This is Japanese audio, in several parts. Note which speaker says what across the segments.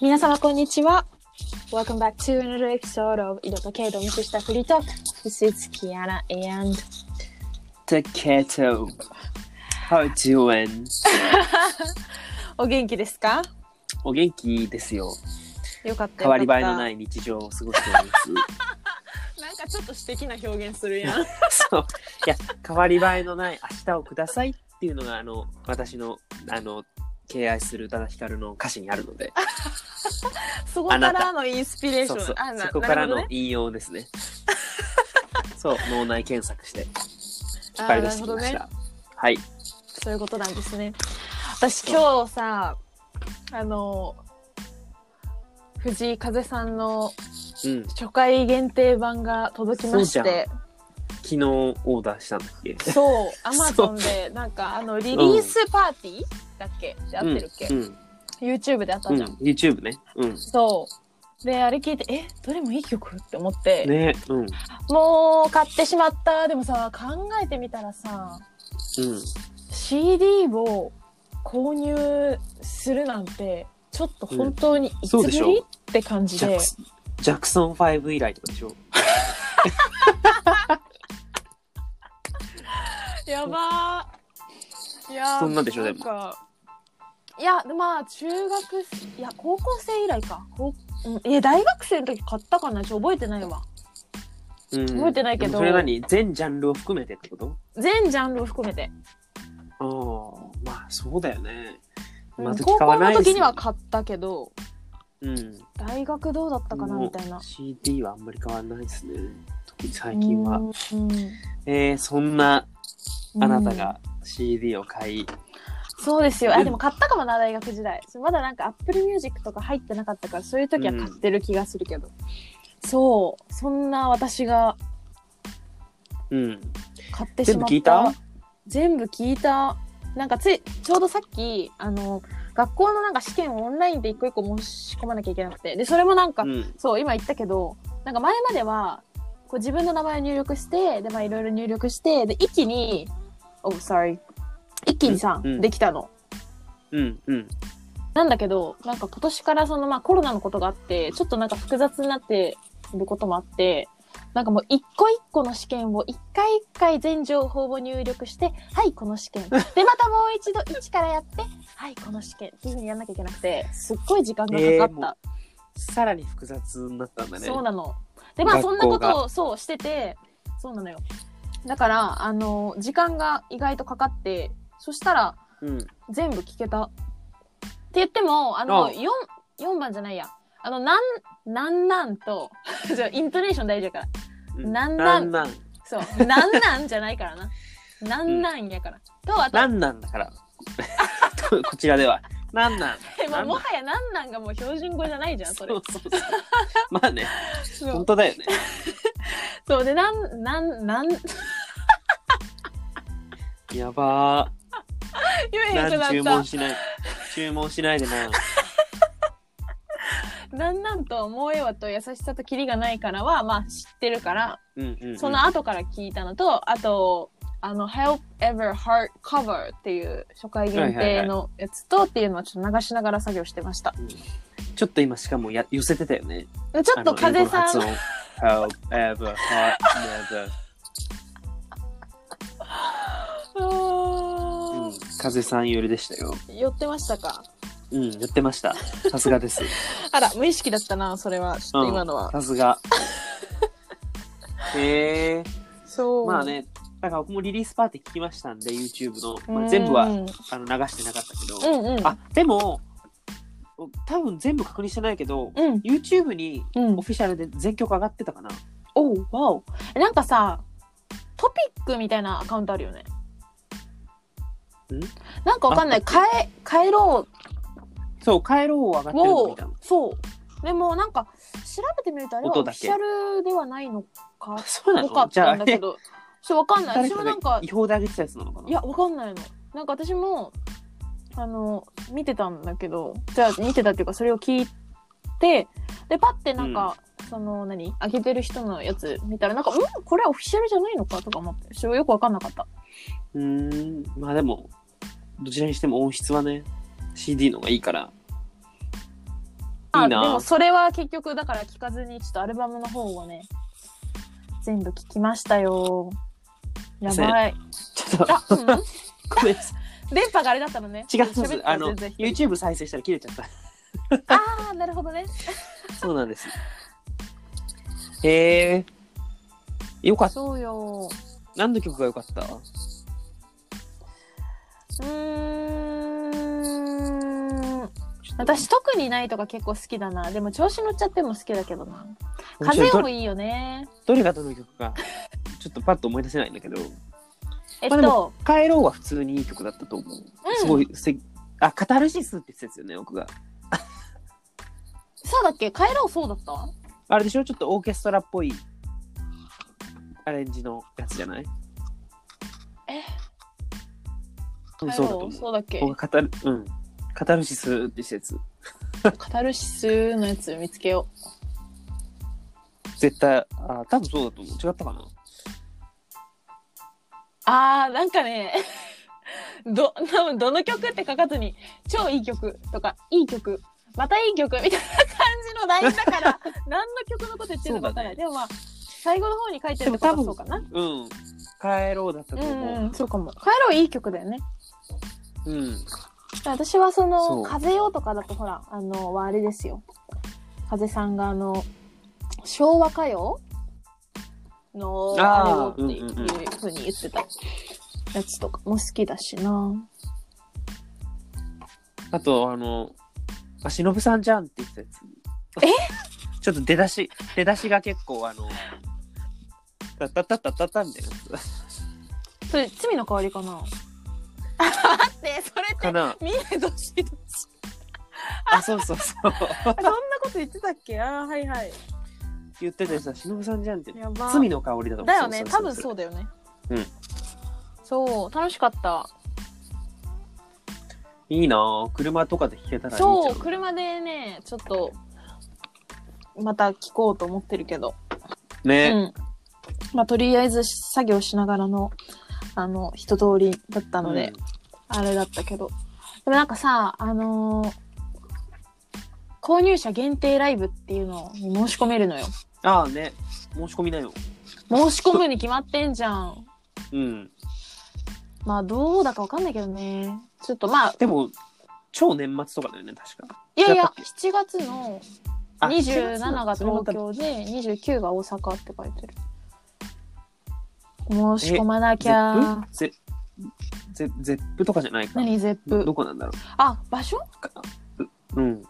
Speaker 1: 皆様こんにちは。Welcome back to another episode of 色と経度を無視したフリートーク。This is Kiara and
Speaker 2: The Keto. How you doing?
Speaker 1: お元気ですか
Speaker 2: お元気ですよ。
Speaker 1: よかった。
Speaker 2: 変わり映えのないい日常を過ごしておりま
Speaker 1: なんかちょっと素敵な表現するや ん。
Speaker 2: す。そう。いや、変わり映えのない明日をくださいっていうのが、あの、私の、あの、敬愛する宇多田ヒカルの歌詞にあるので、
Speaker 1: そこからのインスピレーシ
Speaker 2: そう
Speaker 1: ョン。
Speaker 2: そう
Speaker 1: あ、な
Speaker 2: そこか
Speaker 1: な
Speaker 2: らの
Speaker 1: る
Speaker 2: 引用です ね。そう、脳内検索して、
Speaker 1: ほ
Speaker 2: 引っ張
Speaker 1: どね
Speaker 2: り出
Speaker 1: あなる
Speaker 2: してき
Speaker 1: ほど
Speaker 2: まし
Speaker 1: ね
Speaker 2: た。。はい。
Speaker 1: そういうことなんですね。私今日さ、あの、藤井風さんの
Speaker 2: うん。
Speaker 1: 初回限定版が届きまし
Speaker 2: そうじゃん
Speaker 1: て。
Speaker 2: 昨日オーダーしたんだっ け
Speaker 1: そう、アマゾンで、なんか、あの、リリースパーティーだっけで合ってるっけ、
Speaker 2: うん。うん
Speaker 1: ?YouTube であっ
Speaker 2: う
Speaker 1: た
Speaker 2: ん
Speaker 1: じゃん。。
Speaker 2: YouTube ね。うん。
Speaker 1: そう。で、あれ聞いて、え、どれもいい曲って思って、
Speaker 2: ね。うん。
Speaker 1: もう買ってしまった。でもさ、考えてみたらさ、
Speaker 2: うん。
Speaker 1: CD を購入するなんて、ちょっと本当にいつ
Speaker 2: そ
Speaker 1: ぶ
Speaker 2: うで
Speaker 1: り、
Speaker 2: しょ
Speaker 1: って感じ
Speaker 2: ジャ
Speaker 1: で
Speaker 2: ク、ソンジャクソン5以来とかでしょ
Speaker 1: やばーいやー
Speaker 2: そんなんでしょでも
Speaker 1: かいやまあ中学いや高校生以来か高うんいや大学生の時買ったかなちょ覚えてないわ
Speaker 2: うん
Speaker 1: 覚えてないけど
Speaker 2: でもそれ何全ジャンルを含めてってこと
Speaker 1: 全ジャンルを含めて、
Speaker 2: ああ、まあそうだよね。
Speaker 1: うん
Speaker 2: まず
Speaker 1: 高
Speaker 2: 使
Speaker 1: 校
Speaker 2: わな
Speaker 1: の
Speaker 2: いです
Speaker 1: 時
Speaker 2: ね
Speaker 1: には買ったけど
Speaker 2: うん。
Speaker 1: 大学どうだったかな
Speaker 2: もう
Speaker 1: みたいな
Speaker 2: CD はあんまり変わらないですね。特に最近は。
Speaker 1: うん
Speaker 2: えー、そんな
Speaker 1: うん
Speaker 2: あなたが CD を買い、
Speaker 1: そうですよあ
Speaker 2: うん
Speaker 1: でも買ったかもな大学時代まだなんかアップルミュージックとか入ってなかったからそういう時は買ってる気がするけど、そうそんな私が
Speaker 2: うん。
Speaker 1: 買ってし
Speaker 2: 全部
Speaker 1: まった
Speaker 2: 聞いた
Speaker 1: 全部聞いたなんかついちょうどさっきあの学校のなんか試験をオンラインで一個一個申し込まなきゃいけなくてでそれもなんか、
Speaker 2: うん。
Speaker 1: そう今言ったけどなんか前まではこう自分の名前を入力してでまあいろいろ入力してで一気に「oh sorry」一気にさ、
Speaker 2: うんうん
Speaker 1: できたの。
Speaker 2: うん。うん。
Speaker 1: なんだけどなんか今年からその、まあ、コロナのことがあってちょっとなんか複雑になってることもあってなんかもう一個一個の試験を一回一回全情報を入力してはいこの試験でまたもう一度一からやってはいこの試験っていうふうにやんなきゃいけなくてすっごい時間が
Speaker 2: え
Speaker 1: か
Speaker 2: ー
Speaker 1: かっ
Speaker 2: も
Speaker 1: た、
Speaker 2: さらに複雑になったんだね。
Speaker 1: そうなのでまあそん
Speaker 2: 学
Speaker 1: なこ
Speaker 2: 校が
Speaker 1: とをそうしててそうなのよだからあの時間が意外とかかってそしたら
Speaker 2: うん。
Speaker 1: 全部聞けた。って言っても、あの、
Speaker 2: あ
Speaker 1: 四四番じゃないや。あの、なん、なんなんと、 じゃあイントネーション大事だから。
Speaker 2: うん
Speaker 1: なんな
Speaker 2: なんんなん。
Speaker 1: そう、なんなんじゃない からな。なんなんやから。と、あと、
Speaker 2: なんなんだから。こちらでは。なん なん。
Speaker 1: でも
Speaker 2: なん
Speaker 1: もはやなんなんがもう標準語じゃないじゃん、それ
Speaker 2: う。そうそう。まあね、
Speaker 1: そ
Speaker 2: 本
Speaker 1: う
Speaker 2: 当だよね。
Speaker 1: そう、で、なん、なん、なん、 言
Speaker 2: やば
Speaker 1: え
Speaker 2: ー。
Speaker 1: へんく
Speaker 2: なん注
Speaker 1: な
Speaker 2: 文
Speaker 1: っ
Speaker 2: しない。注文しないで な。
Speaker 1: た。なんなんと、思えはと優しさとキリがないからは、まあ知ってるから、
Speaker 2: うんうん、うん。
Speaker 1: その後から聞いたのと、あと、あの、Help Ever Heart Cover っていう初回限定のやつとっていうのをちょっと流しながら作業してました。
Speaker 2: ちょっと今しかもや寄せてたよね。
Speaker 1: ちょっと風さ
Speaker 2: あの
Speaker 1: ん、
Speaker 2: 英語の発音 However, however. う
Speaker 1: あ
Speaker 2: ん、風さん寄りでしたよ。
Speaker 1: ー寄ってましたか
Speaker 2: うん、やってました。さすが です。
Speaker 1: あら、無意識だったな、それは。ちょっと今のは。
Speaker 2: さす が。へえ
Speaker 1: そう。
Speaker 2: まあね、だから僕もリリースパーティー聞きましたんで、YouTube の。まあ、全部
Speaker 1: う
Speaker 2: は
Speaker 1: ん
Speaker 2: あの流してなかったけど。
Speaker 1: うんうん。
Speaker 2: あ、でも、多分全部確認してないけど、
Speaker 1: うん。
Speaker 2: YouTube に
Speaker 1: うん
Speaker 2: オ。フィシャルで全曲上がってたかな。
Speaker 1: おう、わお。えなんかさ、トピックみたいなアカウントあるよね。
Speaker 2: ん
Speaker 1: なんかわかんない。変え、変えろう
Speaker 2: そう、帰ろう上がってるの
Speaker 1: を
Speaker 2: みたいな。
Speaker 1: そうでもなんか調べてみるとあれは
Speaker 2: 音
Speaker 1: オフィ
Speaker 2: だ
Speaker 1: シ
Speaker 2: け
Speaker 1: ャルではないのか
Speaker 2: そうな
Speaker 1: よか
Speaker 2: の
Speaker 1: っ
Speaker 2: じゃ
Speaker 1: た
Speaker 2: あ
Speaker 1: んだ、けどそうわかんない
Speaker 2: 誰
Speaker 1: 私も
Speaker 2: か
Speaker 1: な
Speaker 2: が
Speaker 1: んか
Speaker 2: 違法で上げてたやつなのかない
Speaker 1: やわかんないのなんか私もあの見てたんだけどじゃあ見てたっていうかそれを聞いてでパッてなんか、その何上げてる人のやつ見たらなんか「うんこれはオフィシャルじゃないのか?」とか思ってそれよくわかんなかった
Speaker 2: うーんまあでもどちらにしても音質はね CD の方がいいからい
Speaker 1: で
Speaker 2: いな
Speaker 1: も。それは結局だから聞かずにちょっとアルバムの方をね全部聞きましたよやばい
Speaker 2: ちょっと、
Speaker 1: あ、うん、
Speaker 2: ごめんなさい
Speaker 1: 電波があれだったのね
Speaker 2: 違うんです
Speaker 1: 喋ってた
Speaker 2: あの、
Speaker 1: 全然
Speaker 2: YouTube 再生したら切れちゃった。
Speaker 1: ああなるほどね
Speaker 2: そうな んです。へえ。よかった。
Speaker 1: そうよ
Speaker 2: 何の曲が良かった
Speaker 1: うーん私特にないとか結構好きだなでも調子乗っちゃっても好きだけどな風よ
Speaker 2: ど
Speaker 1: もいいよね
Speaker 2: どれがどの曲か、ちょっとパッと思い出せないんだけど、
Speaker 1: えっ
Speaker 2: まあで
Speaker 1: と
Speaker 2: 帰ろうは普通にいい曲だったと思う。すごい素敵。あ、カタルシスって言ってたやつよね、僕が。
Speaker 1: そうだっけ帰ろうそうだった
Speaker 2: あれでしょちょっとオーケストラっぽいアレンジのやつじゃない
Speaker 1: え
Speaker 2: うん
Speaker 1: 帰
Speaker 2: そうだ
Speaker 1: ろ
Speaker 2: と思
Speaker 1: う
Speaker 2: う。
Speaker 1: そうだっけ
Speaker 2: 僕がカタル、うん。カタルシスって施設。
Speaker 1: カタルシスのやつ見つけよ
Speaker 2: 絶対、あ、多分そうだと思う。違ったかな
Speaker 1: うあーなんかね ど多分どの曲って書かずに超いい曲とかいい曲またいい曲みたいな感じのラインだから 何の曲のこと言ってるのか分からない、でもまあ最後の方に書いてるってことはそうかな
Speaker 2: うん。帰ろうだったと
Speaker 1: うん、
Speaker 2: 思う。
Speaker 1: そうかも。帰ろういい曲だよね。
Speaker 2: うん。
Speaker 1: 私はその
Speaker 2: そう
Speaker 1: 風よとかだとほらあのはあれですよ。風さんがあの昭和歌謡のあれを
Speaker 2: あ
Speaker 1: っ
Speaker 2: ー
Speaker 1: ていう
Speaker 2: うんうん
Speaker 1: ふうに言ってたやつとかも好きだしな。
Speaker 2: あと、あの、あ、しのぶさんじゃんって言ってたやつ。
Speaker 1: え
Speaker 2: ちょっと出だし、出だしが結構、あの、たたたたたたみたいなやつ。
Speaker 1: それ罪の香りかな。待ってそれ
Speaker 2: かな
Speaker 1: 見えどしどし。
Speaker 2: あ、そうそうそう。
Speaker 1: あそんなこと言ってたっけ？あーはいはい。
Speaker 2: 言ってたやつは、しのぶさんじゃんって言って。
Speaker 1: やば
Speaker 2: 罪の香りだと思う。
Speaker 1: だよね多分
Speaker 2: う
Speaker 1: そうだよね。
Speaker 2: うん。
Speaker 1: そう楽しかった。
Speaker 2: う。いいなぁ車とかで弾けたらいいじゃん。
Speaker 1: そう、車でね、ちょっと、また聞こうと思ってるけど。う
Speaker 2: ね。
Speaker 1: ん。まあ、とりあえず作業しながらの、あの、人通りだったので、あれだったけど。でもなんかさ、あのー購入者限定ライブっていうのに申し込めるのよ。
Speaker 2: うん。ああね。申し込みなよ。
Speaker 1: 申し込むに決まってんじゃ ん。
Speaker 2: うん。
Speaker 1: まあ、どうだかわかんないけどね。ちょっとまあ、
Speaker 2: でも、超年末とかだよね、確か。
Speaker 1: いやい
Speaker 2: や
Speaker 1: や
Speaker 2: っ、
Speaker 1: 7月の
Speaker 2: あ
Speaker 1: 27が
Speaker 2: それま
Speaker 1: 東
Speaker 2: た
Speaker 1: 京で29が大阪って書いてる申し込まなきゃ
Speaker 2: ゼップゼゼゼップとかじゃないか。
Speaker 1: 何ゼッ
Speaker 2: ど
Speaker 1: プ
Speaker 2: どこなんだろ
Speaker 1: あ場所
Speaker 2: う。うん。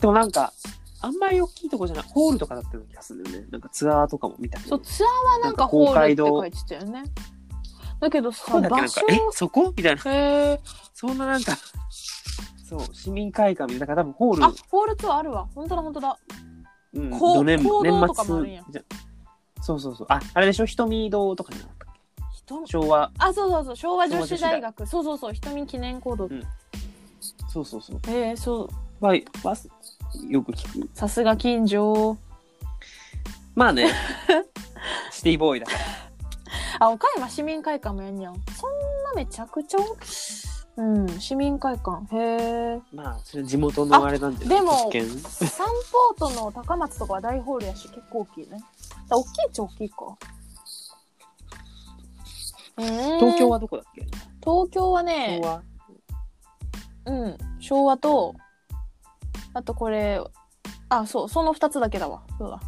Speaker 2: でもなんか、あんまり大きいとこじゃない、ホールとかだったような気がするんだよね。なんかツアーとかも見たけ
Speaker 1: そ
Speaker 2: ど
Speaker 1: う。ツアーはなんかホールって書いてたよねだけど
Speaker 2: そ
Speaker 1: さ
Speaker 2: うだっけな
Speaker 1: 場
Speaker 2: んか
Speaker 1: 所、
Speaker 2: え、そこみたいな。
Speaker 1: へえ
Speaker 2: そんななんか、そう、市民会館みたいな、なんか多分ホー
Speaker 1: あ
Speaker 2: ル、
Speaker 1: ホールツアーあるわ本当だ本当だ
Speaker 2: うん、
Speaker 1: こう
Speaker 2: ど年
Speaker 1: 行動と
Speaker 2: 年
Speaker 1: かもあるん
Speaker 2: 末
Speaker 1: や
Speaker 2: じゃ。そうそうそう。あ、あれでしょ瞳堂とかじゃなかったっ
Speaker 1: 人
Speaker 2: け昭和。
Speaker 1: あそうそうそう昭和女子
Speaker 2: 昭和女
Speaker 1: 大
Speaker 2: 子
Speaker 1: 学そうそうそう瞳記念講堂
Speaker 2: うんそうそうそう。
Speaker 1: えー、そう
Speaker 2: はい、バス、よく聞く。
Speaker 1: さすが近所
Speaker 2: まあ ね、シティボーイだから。
Speaker 1: あ岡山市民会館もやんにゃんそんなめちゃくちゃうん市民会館へえ
Speaker 2: まあ、それ地元のあれなんじゃない
Speaker 1: あでも
Speaker 2: 都市圏
Speaker 1: サンポートの高松とかは大ホールやし結構大きいねだ大きいっちゃ大きいか
Speaker 2: 東
Speaker 1: 東
Speaker 2: 京はどこだっけ
Speaker 1: 東京は
Speaker 2: 昭
Speaker 1: ね
Speaker 2: 和。
Speaker 1: うん昭和とあとこれあそうその2つだけだわそうだ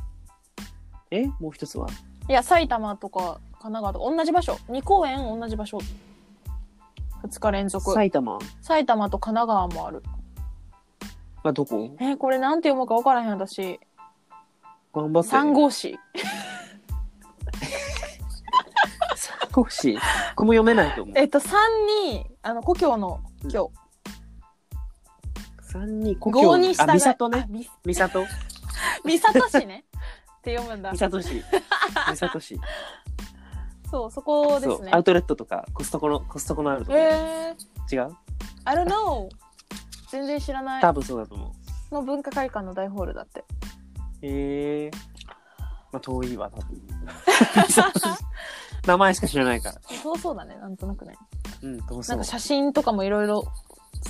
Speaker 2: えもう一つはい
Speaker 1: や埼玉とか神奈川とか同じ場所2公演同じ場所2日連続
Speaker 2: 埼玉
Speaker 1: 埼玉と神奈川もある
Speaker 2: はどこ
Speaker 1: えーこれなんて読むか分からへん私
Speaker 2: 頑張って。
Speaker 1: 三 号市
Speaker 2: 三国志。僕も読めないと思う。
Speaker 1: えっと3にあの故郷の今
Speaker 2: 三に
Speaker 1: 日
Speaker 2: 故郷
Speaker 1: 郷に従い
Speaker 2: あ、三郷ね
Speaker 1: あ。み
Speaker 2: 三郷
Speaker 1: 三郷市ねって読むんだ
Speaker 2: 三郷市。三郷市。
Speaker 1: そうそこですね
Speaker 2: アウトレットとか、コストコの、コストコのあるとこ。
Speaker 1: えー、
Speaker 2: 違う
Speaker 1: I don't know 全然知らない
Speaker 2: 多分そうだと思う。
Speaker 1: の文化会館の大ホールだって
Speaker 2: へえ。まあ、遠いわ、多 分。三郷市名前しか知らないから。
Speaker 1: そうそうだねなんとなくね
Speaker 2: うん、どう
Speaker 1: な
Speaker 2: そ
Speaker 1: ん
Speaker 2: う
Speaker 1: か。写真とかもいろいろ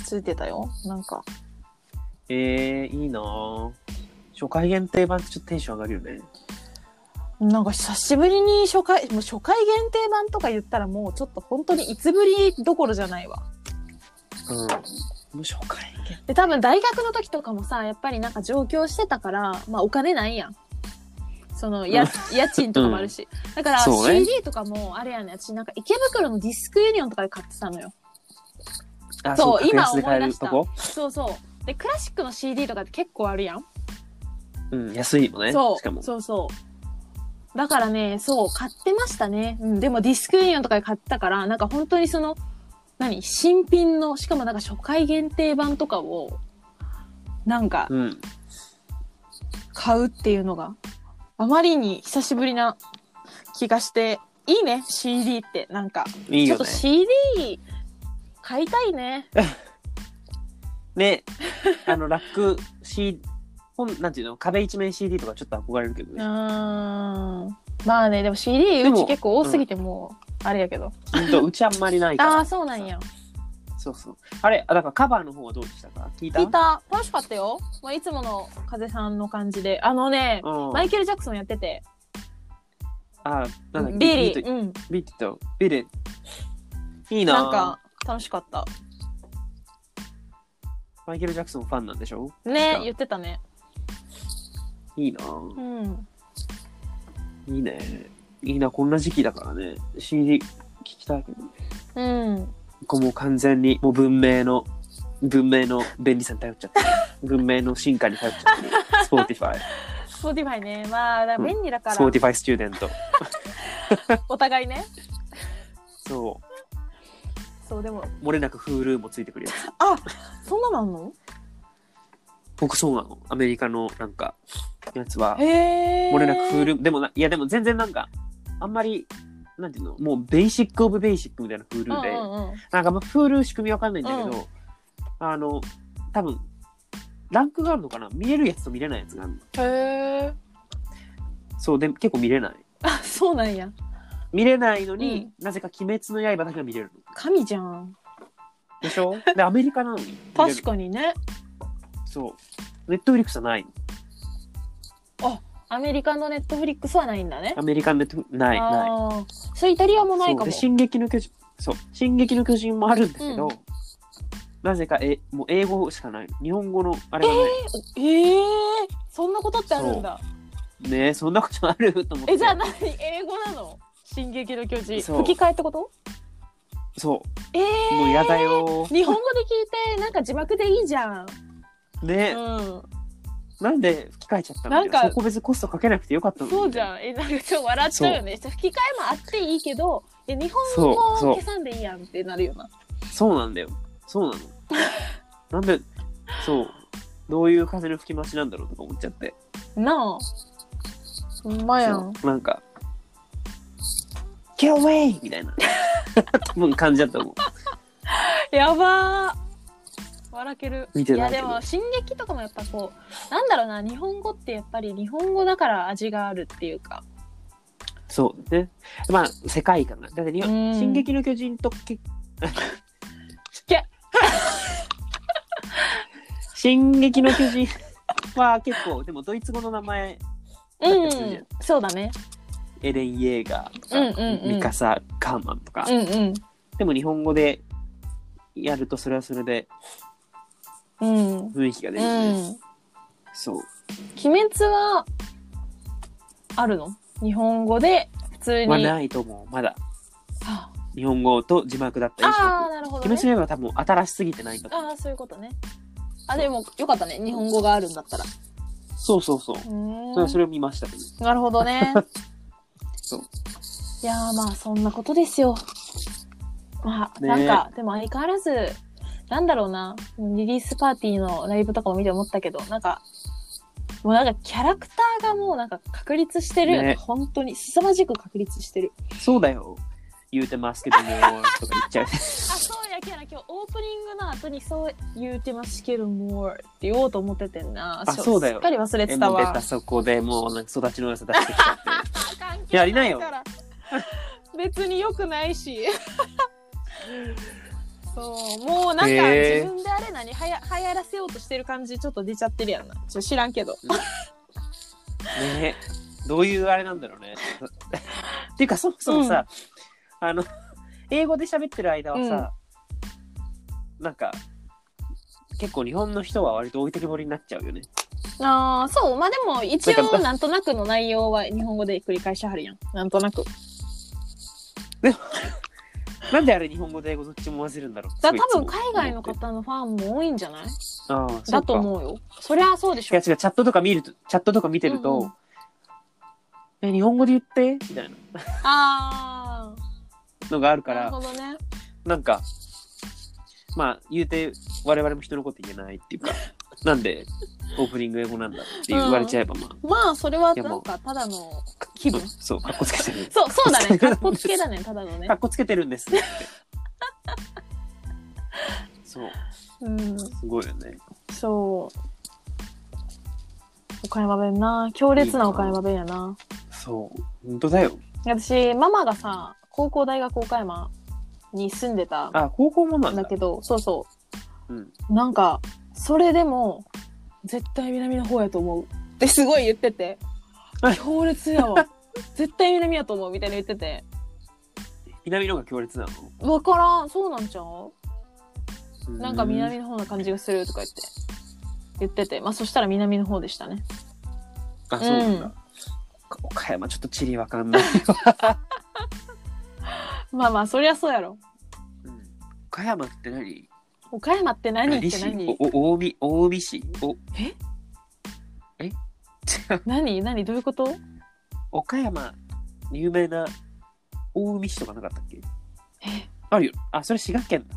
Speaker 1: ついてたよなんか
Speaker 2: えー、いいなぁ初回限定版ってちょっとテンション上がるよね。
Speaker 1: なんか久しぶりに初回、もう初回限定版とか言ったらもうちょっと本当にいつぶりどころじゃないわ。
Speaker 2: うん。もう初回限定。
Speaker 1: で、多分大学の時とかもさ、やっぱりなんか上京してたから、まあお金ないやん。その、や、家賃とかもあるし。だから
Speaker 2: そうね
Speaker 1: CD とかもあれやね、私なんか池袋のディスクユニオンとかで買ってたのよ。
Speaker 2: あ
Speaker 1: そう
Speaker 2: 格
Speaker 1: 今
Speaker 2: 安
Speaker 1: 思
Speaker 2: で
Speaker 1: い
Speaker 2: 買え
Speaker 1: 出
Speaker 2: る
Speaker 1: し
Speaker 2: と
Speaker 1: た
Speaker 2: こ
Speaker 1: そうそう。で、クラシックの CD とかって結構あるやん。
Speaker 2: うん、安いのね。
Speaker 1: そう
Speaker 2: しかも。
Speaker 1: そうそうだからねそう買ってましたね、うん、でもディスクユニオンとかで買ったからなんか本当にその何新品のしかもなんか初回限定版とかをなんか
Speaker 2: うん。
Speaker 1: 買うっていうのがあまりに久しぶりな気がしていいね CD ってなんか
Speaker 2: いい
Speaker 1: ちょ
Speaker 2: よ
Speaker 1: っと
Speaker 2: ね。
Speaker 1: CD 買いたいね
Speaker 2: ね、あの、ラック、C、本、なんていうの、壁一面 CD とかちょっと憧れるけど
Speaker 1: うーん
Speaker 2: ね。
Speaker 1: まあねでも CD
Speaker 2: で
Speaker 1: う
Speaker 2: も
Speaker 1: ち結構多すぎてもうあれやけど、
Speaker 2: ほんとうちあんまりないから。
Speaker 1: ああそうなんや
Speaker 2: そうそう。あれ、あ、だからカバーの方はどうでしたか聞いた
Speaker 1: 聞いた楽しかったよ、まあ、いつもの風さんの感じであのね、
Speaker 2: うん。
Speaker 1: マイケル・ジャクソンやってて
Speaker 2: あ、なんだっけ
Speaker 1: ビリ
Speaker 2: ビー
Speaker 1: ー、
Speaker 2: ト
Speaker 1: うん、
Speaker 2: ビート、ビリ。いいなぁ
Speaker 1: なんか楽しかった
Speaker 2: マイケル・ジャクソンファンなんでしょ
Speaker 1: ね
Speaker 2: か
Speaker 1: 言ってたね
Speaker 2: いいなぁ
Speaker 1: うん
Speaker 2: いいね。いいな、こんな時期だからね。CD 聞きたいけど。
Speaker 1: うん
Speaker 2: ここもう完全に、もう文明の、文明の便利さに頼っちゃってる。文明の進化に頼っちゃってる。Spotify。
Speaker 1: スポーティファイねまあだから便利だから、
Speaker 2: Spotify スチューデント。
Speaker 1: お互いね
Speaker 2: そ
Speaker 1: そうでも
Speaker 2: う。漏れなく Hulu もついてくるやつ。
Speaker 1: あそんなのあんの
Speaker 2: 僕そうなの。アメリカのなんか、やつは。
Speaker 1: へえ
Speaker 2: 漏れなく Hulu。でもな、いやでも全然なんか、あんまり、なんていうの、もうベーシックオブベーシックみたいな Hulu で。
Speaker 1: うんうんうん、
Speaker 2: なんかまあ、Hulu 仕組みわかんないんだけど、
Speaker 1: う
Speaker 2: あの、多分、ランクがあるのかな見れるやつと見れないやつがある
Speaker 1: へ
Speaker 2: の。
Speaker 1: え
Speaker 2: そう、で、結構見れない。
Speaker 1: あそうなんや
Speaker 2: 見れないのに、なぜか鬼滅の刃だけは見れるの。
Speaker 1: 神じゃん
Speaker 2: でしょで、アメリカなのに見れる。
Speaker 1: 確かにね
Speaker 2: そう。ネットフリックスはないの。
Speaker 1: アメリカのネットフリックスはないんだね
Speaker 2: アメリカのネットフリない、ない。
Speaker 1: いそれイタリアもない
Speaker 2: そ
Speaker 1: かも
Speaker 2: うで、進撃の巨人、そう、進撃の巨人もあるんだけど、
Speaker 1: うん
Speaker 2: なぜか、え、もう英語しかないの。日本語の、あれがね、
Speaker 1: ええそんなことってあるんだ。
Speaker 2: ねそんなことあると思って。
Speaker 1: え、じゃあ何英語なの進撃の巨人。
Speaker 2: そう
Speaker 1: 吹き替えってこと
Speaker 2: そ
Speaker 1: ええ
Speaker 2: う、もう嫌だよ。
Speaker 1: 日本語で聞いて、なんか字幕でいいじ ゃん。
Speaker 2: ね、
Speaker 1: う
Speaker 2: なんで吹き替えちゃったの
Speaker 1: なんか
Speaker 2: そこ別にコストかけなくてよかったの
Speaker 1: ん。
Speaker 2: に
Speaker 1: そうじゃん。え、なんかちょっと笑っちゃうよね。吹き替えもあっていいけど、いや日本語も
Speaker 2: そうそう
Speaker 1: 消さんでいいやんってなるよな。
Speaker 2: そうなんだよそうなの なんでそうどういう風の吹き回しなんだろうとか思っちゃって
Speaker 1: なあ。ほんまやん。
Speaker 2: そうなんか「Get away!」みた いな 多分感じだと思
Speaker 1: やばー。笑ける。
Speaker 2: 見てない
Speaker 1: い
Speaker 2: け
Speaker 1: や
Speaker 2: ど
Speaker 1: でも進撃とかもやっぱこうなんだろうな日本語ってやっぱり日本語だから味があるっていうか
Speaker 2: うそうねまあ世界観がだって日
Speaker 1: うん
Speaker 2: 本「進撃の巨人」とけ
Speaker 1: け
Speaker 2: 進撃の巨人」 は結構でもドイツ語の名前
Speaker 1: う
Speaker 2: だったりするじゃん
Speaker 1: んそうだね
Speaker 2: エレン・イェーガーと
Speaker 1: うんうんう
Speaker 2: か
Speaker 1: ん
Speaker 2: ミカサ・カーマンとか、
Speaker 1: うん
Speaker 2: でも日本語でやるとそれはそれで
Speaker 1: うんうん
Speaker 2: 雰囲気が出
Speaker 1: う
Speaker 2: るよね、
Speaker 1: ん
Speaker 2: そう
Speaker 1: 鬼滅はあるの日本語で普通に、
Speaker 2: はないと思うまだ
Speaker 1: は
Speaker 2: 日本語と字幕だったり
Speaker 1: ああーなるほど、
Speaker 2: 鬼
Speaker 1: ね、
Speaker 2: 滅の刃は多分新しすぎてないんだと
Speaker 1: ああそういうことねあでもよかったね日本語があるんだったら
Speaker 2: そうそうそう
Speaker 1: う
Speaker 2: そ
Speaker 1: ー
Speaker 2: れ
Speaker 1: ん
Speaker 2: それを見ましたけど
Speaker 1: なるほどね
Speaker 2: そう
Speaker 1: いやーまあそんなことですよまあ、
Speaker 2: ね
Speaker 1: なんかでも相変わらずなんだろうなリリースパーティーのライブとかも見て思ったけどなんかもうなんかキャラクターがもうなんか確立してるよね
Speaker 2: ね
Speaker 1: 本当に凄まじく確立してる
Speaker 2: そうだよ言うてますけどもーとか言っちゃ う
Speaker 1: あそうやけやな今日オープニングの後にそう言うてますけどもって言おうと思っててんな
Speaker 2: あそうだよ
Speaker 1: すっかり忘れ
Speaker 2: え
Speaker 1: て
Speaker 2: も
Speaker 1: た
Speaker 2: う
Speaker 1: わ
Speaker 2: 出たそこでもうなんか育ちの良さ出してきちゃって
Speaker 1: 関
Speaker 2: 係ないから
Speaker 1: 別に良くないしそうもうなんか自
Speaker 2: へー
Speaker 1: 分であれ何はや流行らせようとしてる感じちょっと出ちゃってるやんなちょっと知らんけど
Speaker 2: ねどういうあれなんだろうね。っていうかそもそもさ、あの英語で喋ってる間はさ、なんか結構日本の人は割と置いてけぼりになっちゃうよね。
Speaker 1: ああそうまあでも一
Speaker 2: だか
Speaker 1: 応
Speaker 2: ら
Speaker 1: なんとなくの内容は日本語で繰り返しはるやんなんとなく
Speaker 2: なんであれ日本語と英語どっちも混ぜるんだろう。
Speaker 1: だ
Speaker 2: す
Speaker 1: 多
Speaker 2: ご
Speaker 1: 分
Speaker 2: いいつも
Speaker 1: 海
Speaker 2: 思
Speaker 1: 外の
Speaker 2: って
Speaker 1: 方のファンも多いんじゃない
Speaker 2: ああ
Speaker 1: だと
Speaker 2: うか。
Speaker 1: 思うよそりゃそうでし
Speaker 2: いや
Speaker 1: ょ
Speaker 2: 違うチャットとか見るとチャットとか見てると、
Speaker 1: うんうん
Speaker 2: え日本語で言ってみたいな
Speaker 1: あ
Speaker 2: のがある
Speaker 1: あ
Speaker 2: か
Speaker 1: なる
Speaker 2: ら
Speaker 1: ほどね
Speaker 2: なんか、まあ、言うて、我々も人のこと言えないっていうか、なんで、オープニング英語なんだって言われちゃえば、まあ、
Speaker 1: まあそれはい
Speaker 2: や
Speaker 1: な
Speaker 2: も
Speaker 1: ん
Speaker 2: う
Speaker 1: かただの気分
Speaker 2: そう、かっこつけてる。
Speaker 1: そうそうだね
Speaker 2: か
Speaker 1: かっ
Speaker 2: っこ
Speaker 1: こ
Speaker 2: つ
Speaker 1: つ
Speaker 2: け
Speaker 1: け
Speaker 2: て
Speaker 1: だねただのね
Speaker 2: かっこつけてる んですって。そう、
Speaker 1: うん
Speaker 2: すごいよね。
Speaker 1: そう岡山弁な強烈な岡山弁やな
Speaker 2: そう、本当だよ。
Speaker 1: 私ママがさ高校大学岡山に住んでた
Speaker 2: あ、高校もなん
Speaker 1: ん
Speaker 2: だ。
Speaker 1: だけどそうそう
Speaker 2: うん。
Speaker 1: なんか、それでも、絶対南の方やと思う。ってすごい言ってて
Speaker 2: はい、
Speaker 1: 強烈や わ。絶対南やと思うみたいな言ってて。
Speaker 2: 南の方が強烈なの
Speaker 1: わからん、そうなんちゃうなんか
Speaker 2: う
Speaker 1: 南の方な感じがするとか言って。言ってて。まあそしたら南の方でしたね。
Speaker 2: あ、そうなんだ。
Speaker 1: うん
Speaker 2: 岡山、ちょっと地理わか んない。
Speaker 1: まあまあ、そりゃそうやろ。
Speaker 2: うん岡山って何
Speaker 1: 岡山って何って
Speaker 2: 市
Speaker 1: 何
Speaker 2: おお近江、近江市お
Speaker 1: え
Speaker 2: え違う。
Speaker 1: 何何どういうこと
Speaker 2: 岡山有名な大海市とかなかったっけ
Speaker 1: え
Speaker 2: あるよあそれ滋賀県だ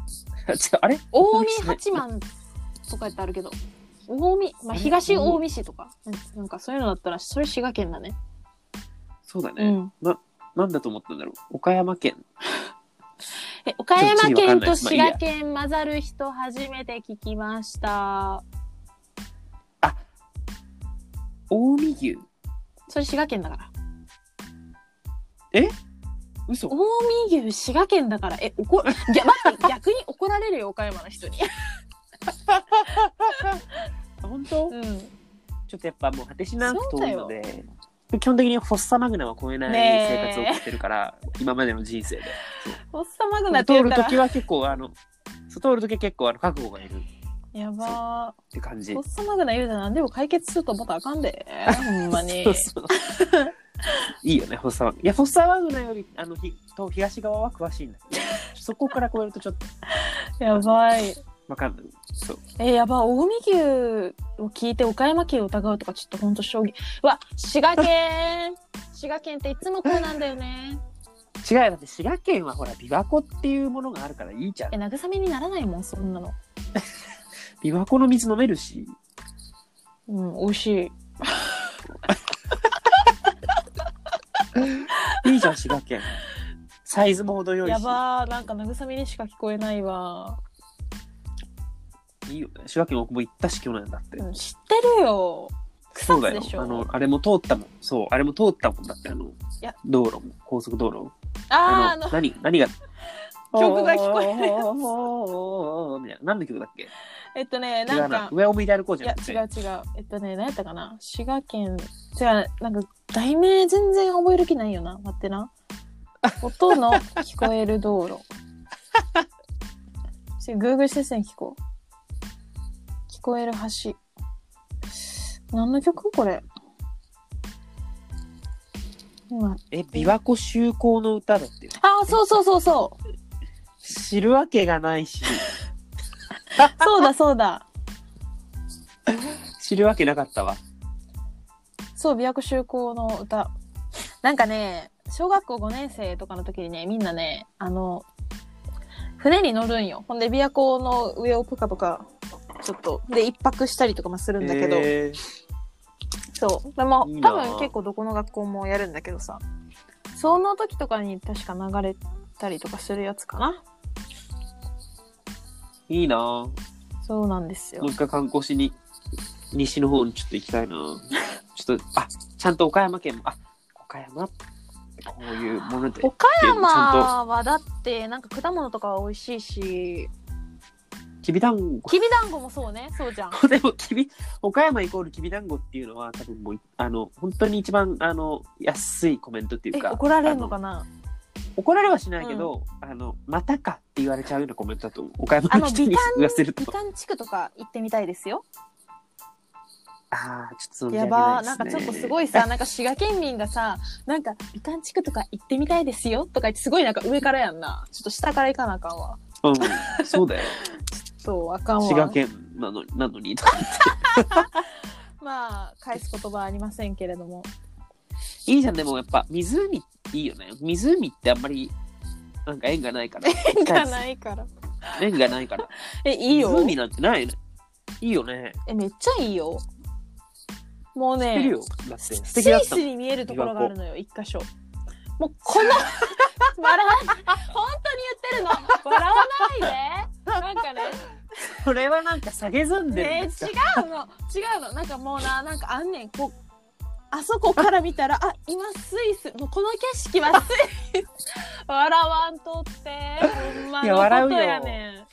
Speaker 2: 違うあれ
Speaker 1: 大
Speaker 2: 海
Speaker 1: 見
Speaker 2: 市ね
Speaker 1: 八幡とかやってあるけど。大見、まあ東大見市とか。うんなんかそういうのだったら、それ滋賀県だね。
Speaker 2: そうだね、
Speaker 1: うん。
Speaker 2: なんだと思ったんだろう岡山県
Speaker 1: え岡山県と
Speaker 2: ちょっと
Speaker 1: 滋
Speaker 2: 意味わか
Speaker 1: 賀
Speaker 2: んない
Speaker 1: 県混ざる人初めて聞きました。
Speaker 2: 大海牛
Speaker 1: それ滋賀県だから。
Speaker 2: 嘘
Speaker 1: 近江牛滋賀県だから。え、怒、いや、待って、逆に怒られるよ、岡山の人に。
Speaker 2: 本当、
Speaker 1: うん。
Speaker 2: ちょっとやっぱもう果てしなく遠いの
Speaker 1: そう
Speaker 2: で基本的にフォッサマグナは超えない
Speaker 1: ね
Speaker 2: 生
Speaker 1: え
Speaker 2: 活を送ってるから、今までの人生で
Speaker 1: おっさまぐなって
Speaker 2: 通
Speaker 1: 言っ
Speaker 2: る
Speaker 1: た
Speaker 2: と
Speaker 1: ら
Speaker 2: き。は結構あのそう通るときは結構あの覚悟がいるっ
Speaker 1: やば
Speaker 2: て感じ
Speaker 1: ー。おっさまぐな言うたら何でも解決すると思ったらあかん で。ほんまに
Speaker 2: そ。うそういいよね、フォッサワグナー。いや、フォッサワグナーよりあのひと東側は詳しいんだけど、そこから超えるとちょっと
Speaker 1: やばい。
Speaker 2: わかんない。そう。
Speaker 1: え、やば、近江牛を聞いて岡山県を疑うとかちょっとほんと衝撃。うわ、滋賀県 滋賀県っていつもこうなんだよね。
Speaker 2: 違うよだって滋賀県はほら、琵琶湖っていうものがあるからいいじゃん
Speaker 1: え、。慰めにならないもん、そんなの。
Speaker 2: 琵琶湖の水飲めるし、
Speaker 1: うん、美味しい。
Speaker 2: いいじゃん、滋賀県。 サイズも程よい
Speaker 1: や
Speaker 2: し、
Speaker 1: ばー、なんか慰めにしか聞こえないわ。
Speaker 2: いいよね。滋賀県僕も行ったし、去年だって。
Speaker 1: うん知ってるよ。草
Speaker 2: そう
Speaker 1: 津
Speaker 2: だよ
Speaker 1: でし。ょ。
Speaker 2: あの、あれも通ったもん。そう、あれも通ったもんだって、あの
Speaker 1: や、
Speaker 2: 道路も、高速道路も。
Speaker 1: あーあ
Speaker 2: の
Speaker 1: の、
Speaker 2: 何、何が、
Speaker 1: 曲が聞こえるやつ
Speaker 2: おーおーおーおーおーみたいな。何の曲だっけ
Speaker 1: えっとね、
Speaker 2: 違
Speaker 1: な
Speaker 2: うんな
Speaker 1: か、
Speaker 2: 上を向いて歩こう
Speaker 1: い
Speaker 2: じ
Speaker 1: や
Speaker 2: ゃなく、て
Speaker 1: 違う違う。えっとね、何やったかな。滋賀県、違う、なんか、題名全然覚える気ないよな。待って な。音の聞こえる道路。ちょ Google して線聞こう。聞こえる橋。何の曲これ。今
Speaker 2: え琵琶湖修行の歌だってよ
Speaker 1: あ、そうそうそうそう。
Speaker 2: 知るわけがないし
Speaker 1: そうだそうだ。
Speaker 2: 知るわけなかったわ
Speaker 1: そう、琵琶湖修行の歌。なんかね、小学校5年生とかの時にね、みんなね、あの、船に乗るんよ。ほんで、琵琶湖の上をぷかぷか、ちょっと、で、一泊したりとかもするんだけど、
Speaker 2: えー
Speaker 1: そう。でも
Speaker 2: いい、な
Speaker 1: 多
Speaker 2: あ
Speaker 1: 分結構どこの学校もやるんだけどさ、その時とかに確か流れたりとかするやつかな。
Speaker 2: いいなあも
Speaker 1: そうなんですよ
Speaker 2: う。一回観光しに西の方にちょっと行きたいなちょっとあちゃんと岡山県もあ岡山こういうもので
Speaker 1: 岡
Speaker 2: ちゃん
Speaker 1: 山はだって、なんか果物とかは美味しいし、
Speaker 2: きびだんご。
Speaker 1: きびだんごもそうねそうじゃん
Speaker 2: でも、きび、岡山イコールきびだんごっていうのは、多分もう、あの、本当に一番、あの、安いコメントってい
Speaker 1: え
Speaker 2: うか、
Speaker 1: 怒られんのかな
Speaker 2: 怒られはしないけど、あの、またかって言われちゃうようなコメントだと思う。岡山
Speaker 1: あ
Speaker 2: の
Speaker 1: の
Speaker 2: 人に
Speaker 1: 美
Speaker 2: 言わせる
Speaker 1: 美
Speaker 2: と。
Speaker 1: 観地区とか行ってみたいですよ
Speaker 2: ああ、ちょっと存じ上
Speaker 1: や
Speaker 2: げな
Speaker 1: ばー
Speaker 2: いで
Speaker 1: なん
Speaker 2: す
Speaker 1: か
Speaker 2: ね。
Speaker 1: ちょっとすごい さなんか滋賀県民がさなんか美観地区とか行ってみたいですよとか言ってすごいなんか上からやんなちょっと下から行かなあかんわ
Speaker 2: うん、そうだよ。
Speaker 1: そうあかんわ
Speaker 2: 滋賀県なのなのにとか言って。
Speaker 1: まあ返す言葉はありませんけれど も
Speaker 2: いいじゃん、でもやっぱ湖いいよね。湖ってあんまりなんか縁がないから。
Speaker 1: 行かないから
Speaker 2: 縁がないから。
Speaker 1: えいいよ
Speaker 2: 湖なんてないよね。いいよね。
Speaker 1: えめっちゃいいよもう
Speaker 2: 知ってる
Speaker 1: ね
Speaker 2: よ。だって素
Speaker 1: ス
Speaker 2: 敵だっ
Speaker 1: イ
Speaker 2: た
Speaker 1: ス
Speaker 2: もん。
Speaker 1: に見えるところがあるのよ一箇所もうこ の笑わない本当に言ってるの笑わないでなんかね
Speaker 2: それはなんか下げずんでるん
Speaker 1: ね
Speaker 2: ですか、
Speaker 1: 違うの違うのなんかもうななんかあんねんこうあそこから見たらあ今スイスもうこの景色はスイス笑わんとってほんま
Speaker 2: い
Speaker 1: の
Speaker 2: や笑う
Speaker 1: こ
Speaker 2: よ
Speaker 1: とやねん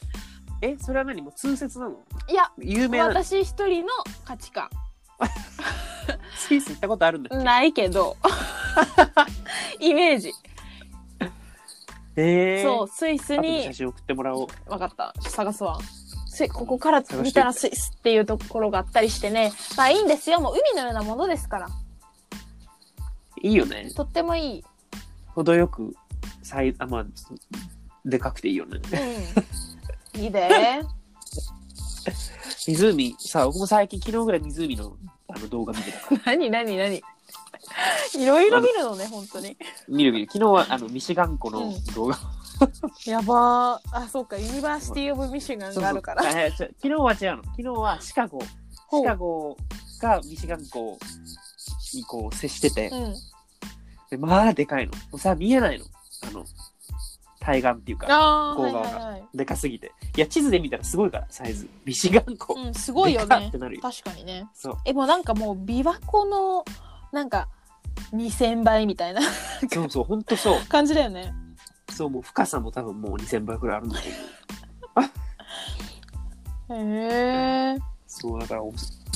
Speaker 2: え、それは何もう通説なの
Speaker 1: いや
Speaker 2: 有名なの
Speaker 1: 私一人の価値観
Speaker 2: スイス行ったことあるんだ。
Speaker 1: ないけど イメージ、
Speaker 2: えー、
Speaker 1: そうスイス
Speaker 2: 後で
Speaker 1: に
Speaker 2: 写真送ってもらおう。
Speaker 1: 分かった探すわスここから見たらスイスっていうところがあったりしてねまあいいんですよもう海のようなものですから
Speaker 2: いいよね。
Speaker 1: とってもいい、
Speaker 2: 程よく、サイあ、まあ、でかくていいよね。
Speaker 1: うん、いいで
Speaker 2: 湖、さ、僕も最近昨日ぐらい湖のあの動画見てたから。
Speaker 1: 何何何いろいろ見るのね本当に
Speaker 2: 見る見る。昨日はあのミシガン湖の
Speaker 1: うん
Speaker 2: 動画
Speaker 1: やばーあそうかユニバーシティ・オブ・ミシガンがあるから
Speaker 2: そうそうあ違う昨日は違うの。昨日はシカゴ。
Speaker 1: ほう
Speaker 2: シカゴがミシガン湖にこう接してて、
Speaker 1: うん
Speaker 2: でまあでかいの。もうさ、見えないの。あの、対岸っていうか、
Speaker 1: ああは
Speaker 2: 向こう
Speaker 1: い
Speaker 2: 側
Speaker 1: は
Speaker 2: が
Speaker 1: いはい
Speaker 2: でかすぎて。いや、地図で見たらすごいから、サイズ。ミシガン湖。
Speaker 1: うん、すごいよ
Speaker 2: でかっ
Speaker 1: ね
Speaker 2: てなるよ。
Speaker 1: 確かにね
Speaker 2: そう。
Speaker 1: えもうなんかもう琵琶湖のなんか2000倍みたいな
Speaker 2: そうそう、ほんとそう。
Speaker 1: 感じだよね
Speaker 2: そう、もう深さも多分もう2000倍くらいあるんだけど。
Speaker 1: へえ
Speaker 2: そう、だから、お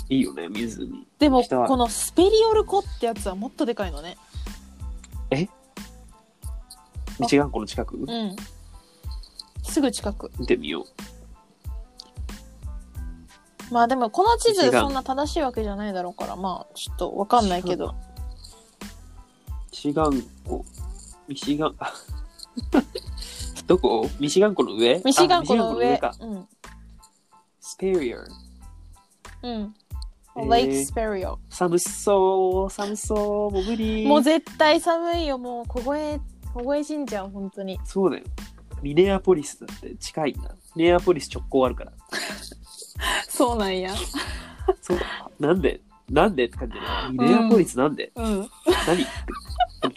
Speaker 2: いいよね、湖。
Speaker 1: でも
Speaker 2: 人は
Speaker 1: このスペリオル湖ってやつはもっとでかいのね
Speaker 2: ミシガン湖の近く
Speaker 1: うんすぐ近く
Speaker 2: 見てみよう。
Speaker 1: まあでもこの地
Speaker 2: 違
Speaker 1: 図
Speaker 2: う
Speaker 1: そんな正しいわけじゃないだろうからまあちょっとわかんないけど
Speaker 2: ミシガン湖。ミシガン、あ どこミシガン湖の上
Speaker 1: ミシガン湖の
Speaker 2: あミシ
Speaker 1: 上
Speaker 2: か。
Speaker 1: うん
Speaker 2: スペリア。
Speaker 1: うん
Speaker 2: えー
Speaker 1: Lake Sperio、
Speaker 2: 寒そう、寒そう、もう無理。
Speaker 1: もう絶対寒いよもう凍え凍え死んじゃう本当に
Speaker 2: そうだよ。ミネアポリスだって近いんだ。ミネアポリス直行あるから。
Speaker 1: そうなんや
Speaker 2: そう。なんでなんでって感じだよ。ミネアポリスなんで、
Speaker 1: うん
Speaker 2: 何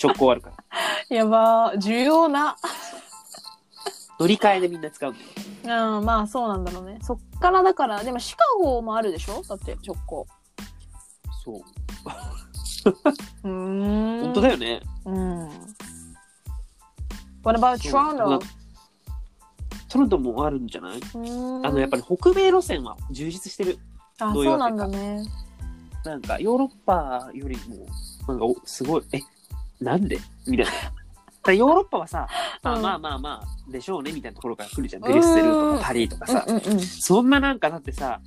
Speaker 2: 直行あるから。
Speaker 1: やばー重要な
Speaker 2: 乗り換えでみんな使うんだよ。
Speaker 1: うん、まあそうなんだろうね。そっからだから、でもシカゴもあるでしょだって直行。
Speaker 2: そう。
Speaker 1: うーん。
Speaker 2: 本当だよね。
Speaker 1: うん。What about
Speaker 2: そう
Speaker 1: Toronto?
Speaker 2: トロントもあるんじゃないう
Speaker 1: ーん。
Speaker 2: あの、やっぱり北米路線は充実してる。
Speaker 1: あ、
Speaker 2: ど
Speaker 1: そ
Speaker 2: ういう
Speaker 1: うな
Speaker 2: わけ
Speaker 1: ん
Speaker 2: か
Speaker 1: だね。
Speaker 2: なんかヨーロッパよりも、なんかおすごい、え、なんでみたいな。だか らヨーロッパはさ、まあ
Speaker 1: うん
Speaker 2: まあまあまあ、でしょうねみたいなところから来るじゃん。ブリュッセルと
Speaker 1: うん
Speaker 2: かパリとか
Speaker 1: うん
Speaker 2: さ。
Speaker 1: うんうん。
Speaker 2: そんななんかだってさ、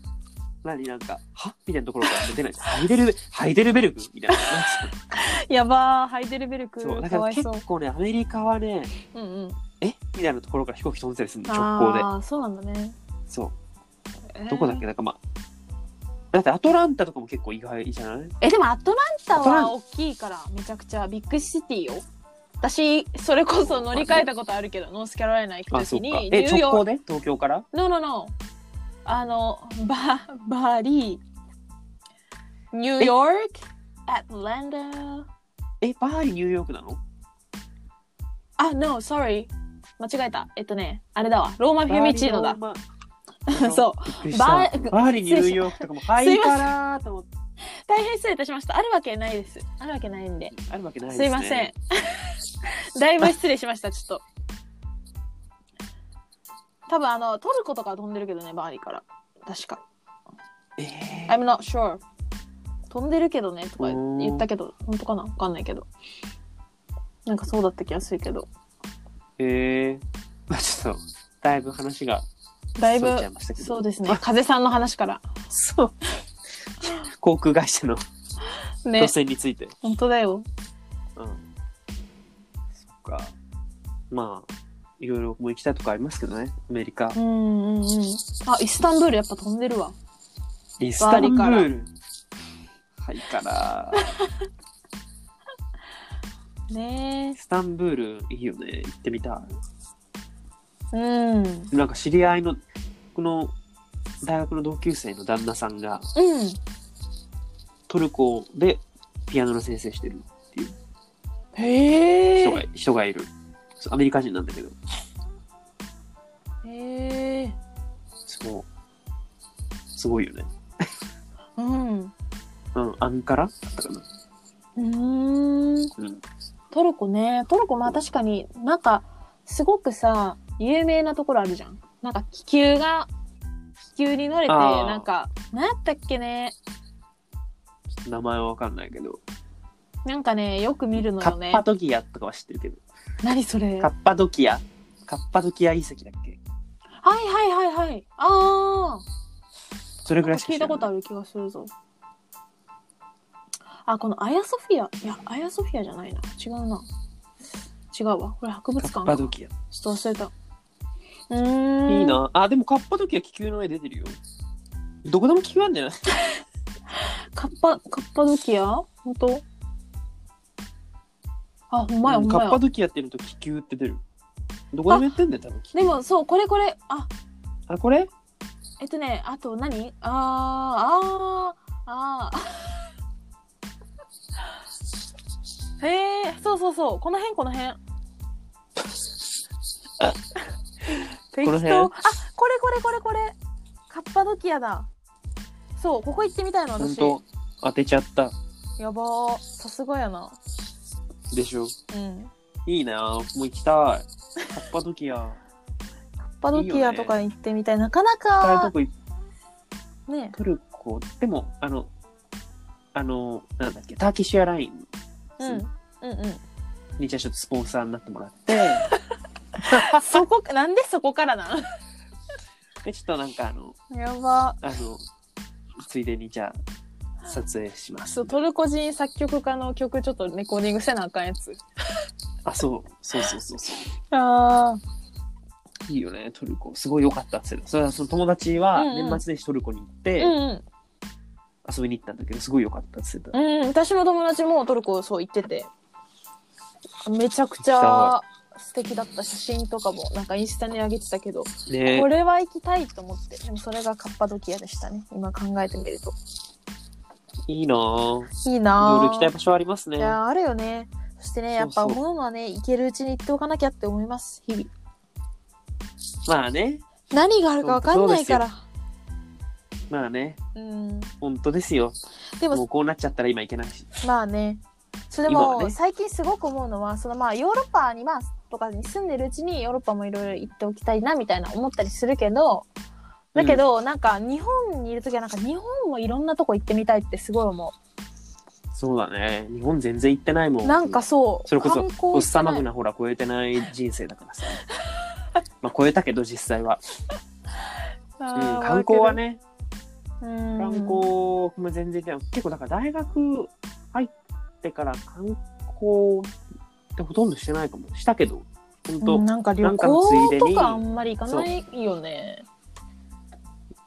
Speaker 2: 何なんか、はみたいなところから出ない。ハイデルベ、ハイデルベルグ みたいな。
Speaker 1: やばー、ハイデルベルク、
Speaker 2: そう、だ
Speaker 1: か
Speaker 2: から
Speaker 1: わい
Speaker 2: 結
Speaker 1: そう。
Speaker 2: 構ね、アメリカはね、
Speaker 1: うんうん。
Speaker 2: えみたいなところから飛行機飛んでたりするの、直行で。
Speaker 1: ああ、そうなんだね。
Speaker 2: そう。
Speaker 1: えー
Speaker 2: どこだっけなんかまあ。だってアトランタとかも結構意外じゃない
Speaker 1: え、でもアトランタ
Speaker 2: アトラン
Speaker 1: は大きいから、めちゃくちゃビッグシティよ。私、それこそ乗り換えたことあるけど、ノースキャロライナ行く
Speaker 2: あ、
Speaker 1: と
Speaker 2: そ
Speaker 1: き
Speaker 2: うか。
Speaker 1: に、
Speaker 2: え、
Speaker 1: ニュー
Speaker 2: 直
Speaker 1: ヨーク
Speaker 2: 行で東京から
Speaker 1: のののあのババリーニューヨークアトランダ
Speaker 2: え、バーリーニューヨークなの
Speaker 1: あ no sorry 間違えたえっとねあれだわローマフィミチーノだ
Speaker 2: バーリ ー
Speaker 1: そう
Speaker 2: びっくりした バ
Speaker 1: バー
Speaker 2: ーリーニューヨークとかも、はい
Speaker 1: すいません
Speaker 2: からーと思って。
Speaker 1: 大変失礼いたしましたあるわけないですあるわけないんで,、
Speaker 2: あるわけないですすね。
Speaker 1: いませ んだいぶ失礼しましたちょっと多分あの、トルコとか飛んでるけどね、バーリから。確か。
Speaker 2: ええ
Speaker 1: I'm not sure. 飛んでるけどね、とか言ったけど、本当かなわかんないけど。なんかそうだった気がするけど。
Speaker 2: ええまあちょっと、だいぶ話が、
Speaker 1: だいぶ
Speaker 2: それちゃいましたけど
Speaker 1: そうですね。風さんの話から。
Speaker 2: そう。航空会社の
Speaker 1: ね
Speaker 2: 路。線について。
Speaker 1: 本当だよ。
Speaker 2: うん。そっか。まあ、いろいろもう行きたいとこありますけどね。アメリカ
Speaker 1: う。んうんうん。あ、イスタンブールやっぱ飛んでるわ。
Speaker 2: イスタンブール。はい、から。
Speaker 1: ね
Speaker 2: イスタンブール、いいよね。行ってみた
Speaker 1: え。うん。うん。
Speaker 2: い。なんか知り合いの、この、大学の同級生の旦那さんが、トルコでピアノの先生してる
Speaker 1: へ
Speaker 2: 人が,、
Speaker 1: え。
Speaker 2: 人がいる。そうアメリカ人なんだけど。
Speaker 1: へえ。
Speaker 2: そう。すごいよね。
Speaker 1: うん。う
Speaker 2: うん、アンカラだったかな。
Speaker 1: ーん。
Speaker 2: うん。
Speaker 1: トルコね。トルコまあ確かになんか、すごくさ、有名なところあるじゃん。なんか気球が、気球に乗れて、
Speaker 2: あー
Speaker 1: なんか、なんやったっけね。
Speaker 2: 名前はわかんないけど。
Speaker 1: なんかね、よく見るの
Speaker 2: カ
Speaker 1: よ
Speaker 2: ッ
Speaker 1: ね
Speaker 2: パ。ドキアとかは知ってるけど。
Speaker 1: 何それ
Speaker 2: カッパドキアカッパドキア遺跡だっけ
Speaker 1: はいはいはいはい。あ
Speaker 2: それ
Speaker 1: あ。
Speaker 2: ぐらいしか
Speaker 1: 聞いたことあ
Speaker 2: る。
Speaker 1: る気がするぞ。あ、このアヤソフィア。いや、アヤソフィアじゃないな。違うな。違うわ。これ博物
Speaker 2: カ
Speaker 1: 館
Speaker 2: ッ
Speaker 1: か。
Speaker 2: パ
Speaker 1: ちょ
Speaker 2: ド
Speaker 1: っ
Speaker 2: キア。
Speaker 1: と忘れた。うーん。
Speaker 2: いい。な。あ、でもカッパドキア気球の絵出てるよ。どこでも気球あんじゃない
Speaker 1: カッパ、カッパドキア本当あ、ほんまや、
Speaker 2: う
Speaker 1: ほ
Speaker 2: ん
Speaker 1: ん
Speaker 2: カ
Speaker 1: ま
Speaker 2: ッ
Speaker 1: や
Speaker 2: パ。ドキアって言うと気球って出る。どこでもやってんだよ、多分。
Speaker 1: でも、そう、これこれ。あ、
Speaker 2: あ、これ
Speaker 1: えっとね、あと何あー、あー、あ ー。へえ、そうそうそう。この辺、この 辺。適
Speaker 2: この辺
Speaker 1: 当。あ、これこれこれこれ。カッパドキアだ。そう、ここ行ってみたいの、
Speaker 2: 本
Speaker 1: 私。
Speaker 2: 当当てちゃった。
Speaker 1: やばー。さすがやな。
Speaker 2: でしょ。
Speaker 1: うん。
Speaker 2: いいな。もう行きたい。カッパドキア。
Speaker 1: カッパドキアとか行ってみたい。なかな
Speaker 2: あれ
Speaker 1: か
Speaker 2: ど、こ行っ
Speaker 1: ね。
Speaker 2: トルコ。でも、あの、あの、なんだっけ、ターキッシュエアライン
Speaker 1: うん。うんうん。
Speaker 2: にじゃあちょっとスポンサーになってもらって、
Speaker 1: そこ、なんでそこからなん
Speaker 2: で、ちょっとなんかあの、
Speaker 1: やば。
Speaker 2: あの、ついでにじゃあ、撮影します
Speaker 1: そう、。トルコ人作曲家の曲ちょっとレコーディングせなあかんやつ。
Speaker 2: あ、そう、そうそうそうそ
Speaker 1: ああ。
Speaker 2: う。いいよね、トルコ。すごい良かったっつってたそれはその友達は
Speaker 1: うんうん
Speaker 2: 年末年始トルコに行っ
Speaker 1: う
Speaker 2: て
Speaker 1: んうん。
Speaker 2: 遊びに行ったんだけど、すごい良かったっつってた。
Speaker 1: うん、私の友達もトルコそう行ってて。めちゃくちゃ素敵だった写真とかも、なんかインスタに上げてたけど、
Speaker 2: ね
Speaker 1: これは行きたいと思って。でもそれがカッパドキアでしたね。今考えてみると。
Speaker 2: いいなぁ。
Speaker 1: いい
Speaker 2: いろい
Speaker 1: な
Speaker 2: ろ
Speaker 1: あ
Speaker 2: 行きたい場所ありますね
Speaker 1: い。やーあるよねそしてねやっぱ
Speaker 2: そうそう
Speaker 1: 思うのはね行けるうちに行っておかなきゃって思います日々
Speaker 2: まあね、
Speaker 1: 何があるかわかんないから
Speaker 2: まあね、
Speaker 1: うん
Speaker 2: 本当ですよ。
Speaker 1: で
Speaker 2: も
Speaker 1: も
Speaker 2: うこうなっちゃったら今行けないし。
Speaker 1: まあねそれで
Speaker 2: 今
Speaker 1: も、
Speaker 2: はね
Speaker 1: 最近すごく思うのはそのまあヨーロッパにまあとかに住んでるうちにヨーロッパもいろいろ行っておきたいなみたいな思ったりするけどだけど、なんか日本にいる時はなんか日本もいろんなとこ行ってみたいってすごい思
Speaker 2: そうだね。日本全然行ってないも。
Speaker 1: うんなんかそう
Speaker 2: それこそ
Speaker 1: 観光
Speaker 2: おっ
Speaker 1: して
Speaker 2: さま
Speaker 1: ない
Speaker 2: ぐなほら超えてない人生だから さ。まあ超えたけど実際は。
Speaker 1: あ
Speaker 2: うん、
Speaker 1: ー
Speaker 2: 観光はね、
Speaker 1: うん
Speaker 2: 観光も全然行ってない。結構だから大学入ってから観光ってほとんどしてないかも。したけど、本当、
Speaker 1: うんなんか旅
Speaker 2: なんかのついで
Speaker 1: 行
Speaker 2: に
Speaker 1: とかあんまり行かないよね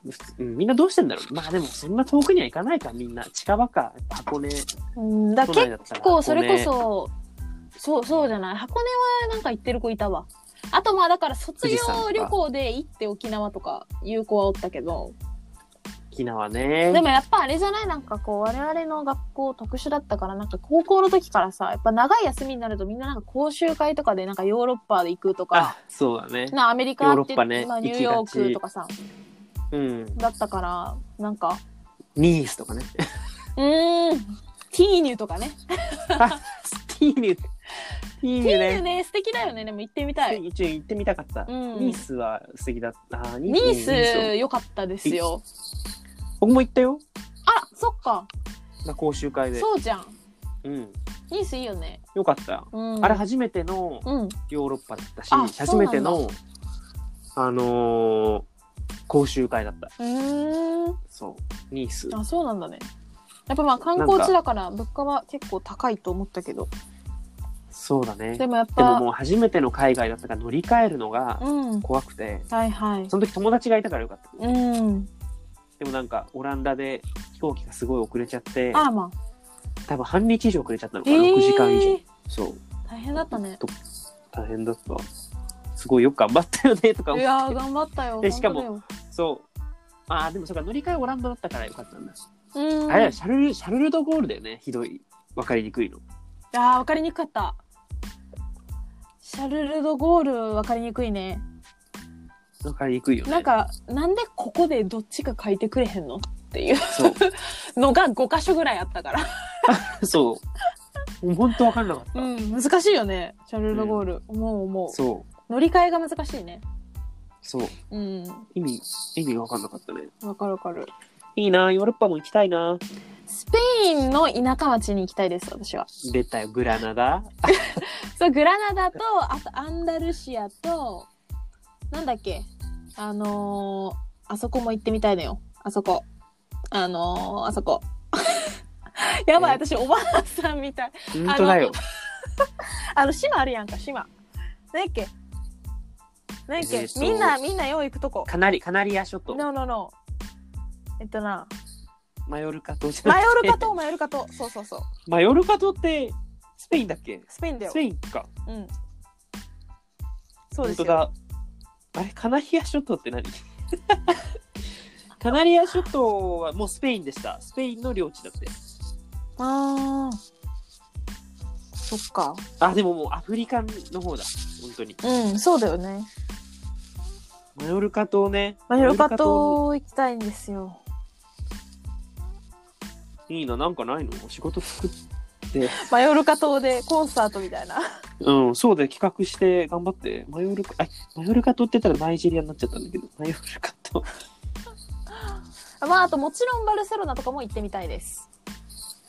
Speaker 2: 普通うんみんなどうしてんだろう。まあでもそんな遠くには行かないか、みんな。近場か。やっぱ箱根。
Speaker 1: うんだ
Speaker 2: 都
Speaker 1: 結
Speaker 2: 内だったら
Speaker 1: 構
Speaker 2: 箱
Speaker 1: そ
Speaker 2: 根
Speaker 1: れこそ、そうそうじゃない箱根はなんか行ってる子いたわあとまあだから卒業
Speaker 2: 富士山とか
Speaker 1: 旅行で行って沖縄とかいう子はおったけど
Speaker 2: 沖縄ね。
Speaker 1: でもやっぱあれじゃないなんかこう我々の学校特殊だったからなんか高校の時からさやっぱ長い休みになるとみんななんか講習会とかでなんかヨーロッパで行くとか
Speaker 2: あ、そうだね。
Speaker 1: なアメリカ
Speaker 2: ヨ
Speaker 1: っ
Speaker 2: ーロ
Speaker 1: て、
Speaker 2: ッパね
Speaker 1: まあ、ニ
Speaker 2: 行
Speaker 1: ュー
Speaker 2: きがち
Speaker 1: ヨークとかさ
Speaker 2: うん。
Speaker 1: だったからなんか
Speaker 2: ニース とかね。
Speaker 1: うーんティーニュとかね
Speaker 2: あ、スティーニュ。いい
Speaker 1: ティーヌ
Speaker 2: ね。
Speaker 1: ね、素敵だよね。でも行ってみたい。
Speaker 2: 一応行ってみたかった。
Speaker 1: うん
Speaker 2: ニースは素敵だった。あ
Speaker 1: ニー
Speaker 2: は
Speaker 1: ス、良かったですよ。
Speaker 2: 僕も行ったよ。
Speaker 1: あ、そっか。
Speaker 2: まあ講習会で。
Speaker 1: そうじゃん。
Speaker 2: うん。
Speaker 1: ニースいいよね。
Speaker 2: よかった。
Speaker 1: うん。
Speaker 2: あれ初めての
Speaker 1: うん。
Speaker 2: ヨーロッパだったし、
Speaker 1: あ
Speaker 2: 初めて
Speaker 1: そう
Speaker 2: の、あのー講習会だった。
Speaker 1: うーん。
Speaker 2: そう。ニース。
Speaker 1: あ、そうなんだね。やっぱまあ観光地だから物価は結構高いと思ったけど。
Speaker 2: そうだね。
Speaker 1: でもやっ
Speaker 2: でも
Speaker 1: ぱ、
Speaker 2: もう初めての海外だったから乗り換えるのが
Speaker 1: うん。
Speaker 2: 怖くて、
Speaker 1: はいはい。
Speaker 2: その時友達がいたからよかった。
Speaker 1: うん。
Speaker 2: でもなんかオランダで飛行機がすごい遅れちゃって、
Speaker 1: あーまあ。
Speaker 2: 多分半日以上遅れちゃったのか
Speaker 1: え
Speaker 2: な、
Speaker 1: ー
Speaker 2: 6時間以上。そう。
Speaker 1: 大変だったね。
Speaker 2: と大変だった。すごいよく頑張ったよねとか
Speaker 1: い
Speaker 2: 思
Speaker 1: やー、
Speaker 2: って。
Speaker 1: 頑張ったよ。
Speaker 2: でしかも
Speaker 1: 本
Speaker 2: そう。ああ、でもそっか、乗り換えオランダだったからよかったんだ。
Speaker 1: 当だよ。うん。
Speaker 2: あれだよシャルル、シャルルドゴールだよね。ひどい。わかりにくいの。
Speaker 1: あー分かりにくかったシャルル・ド・ゴール分かりにくいね
Speaker 2: わかりにくいよね。
Speaker 1: なん、かなんでここでどっちか書いてくれへんのっていう
Speaker 2: そう。
Speaker 1: のが5箇所ぐらいあったから、
Speaker 2: そう。もう本当わかんなかった。
Speaker 1: うん、難しいよねシャルル・ド・ゴール、思う思う
Speaker 2: そう。
Speaker 1: 乗り換えが難しいね
Speaker 2: そう。
Speaker 1: うん
Speaker 2: 意味、意味がわかんなかったね。
Speaker 1: 分かる分かる
Speaker 2: いいな、ヨーロッパも行きたいな。
Speaker 1: スペインの田舎町に行きたいです私は
Speaker 2: 出たよ、グラナダ。
Speaker 1: そうグラナダとあとアンダルシアとなんだっけあのーあそこも行ってみたいのよあそこあのーあそこ やばい
Speaker 2: え
Speaker 1: 私おばあさんみたい
Speaker 2: 本当だよ。
Speaker 1: あの 島あるやんか島何やっけ何やっけ、
Speaker 2: えーと
Speaker 1: みんなみんなよう行くとこ
Speaker 2: カナリ、カナリア諸島。
Speaker 1: ノーノーノーえっとな
Speaker 2: マヨルカ島じゃな
Speaker 1: マヨ
Speaker 2: く
Speaker 1: ル
Speaker 2: て
Speaker 1: カ。 島マヨルカ島そうそうそう
Speaker 2: マヨルカ島って、スペインだっけ
Speaker 1: スペインだよ
Speaker 2: スペインか。
Speaker 1: うんそうで
Speaker 2: 本
Speaker 1: す
Speaker 2: 当
Speaker 1: よ
Speaker 2: だ。あれ、カナリア諸 島って何カナリア諸島はもうスペインでした。スペインの領地だって。
Speaker 1: あーそっか
Speaker 2: あ、でももうアフリカの方だ。本当に。
Speaker 1: うん、そうだよね。
Speaker 2: マヨルカ島ね。
Speaker 1: マヨルカ島行きたいんですよ。
Speaker 2: いいな、なんかないの仕事作って。
Speaker 1: マヨルカ島でコンサートみたいな。
Speaker 2: うん、そうだよ。企画して頑張って。マヨルカ、あ、マヨルカ島って言ったらナイジェリアになっちゃったんだけど。マヨルカ島。
Speaker 1: まあ、あともちろんバルセロナとかも行ってみたいです。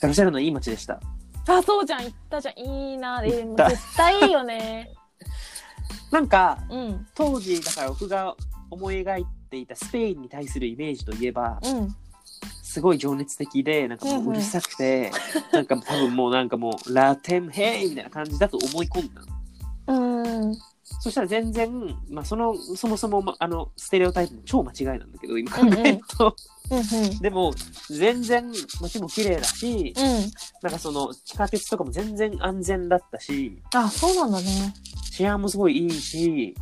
Speaker 2: バルセロナいい街でした。
Speaker 1: あ、そうじゃん、行ったじゃん。いいな。えー
Speaker 2: 行った
Speaker 1: 絶対いいよね。
Speaker 2: なんか、
Speaker 1: うん、うん、
Speaker 2: 当時、だから僕が思い描いていたスペインに対するイメージといえば、すごい情熱的で、なんかも
Speaker 1: うんう
Speaker 2: うんうるさくて、なんか多分もうなんかもう、ラテンヘイみたいな感じだと思い込んだの。
Speaker 1: うん、
Speaker 2: そしたら全然、まあ、その、そもそも、まあの、ステレオタイプも超間違いなんだけど、今考えると。
Speaker 1: うん、
Speaker 2: でも、全然、街も綺麗だし、
Speaker 1: うん。
Speaker 2: なんかその、地下鉄とかも全然安全だったし、
Speaker 1: あ、そうなんだね。
Speaker 2: 治安もすごいいいし、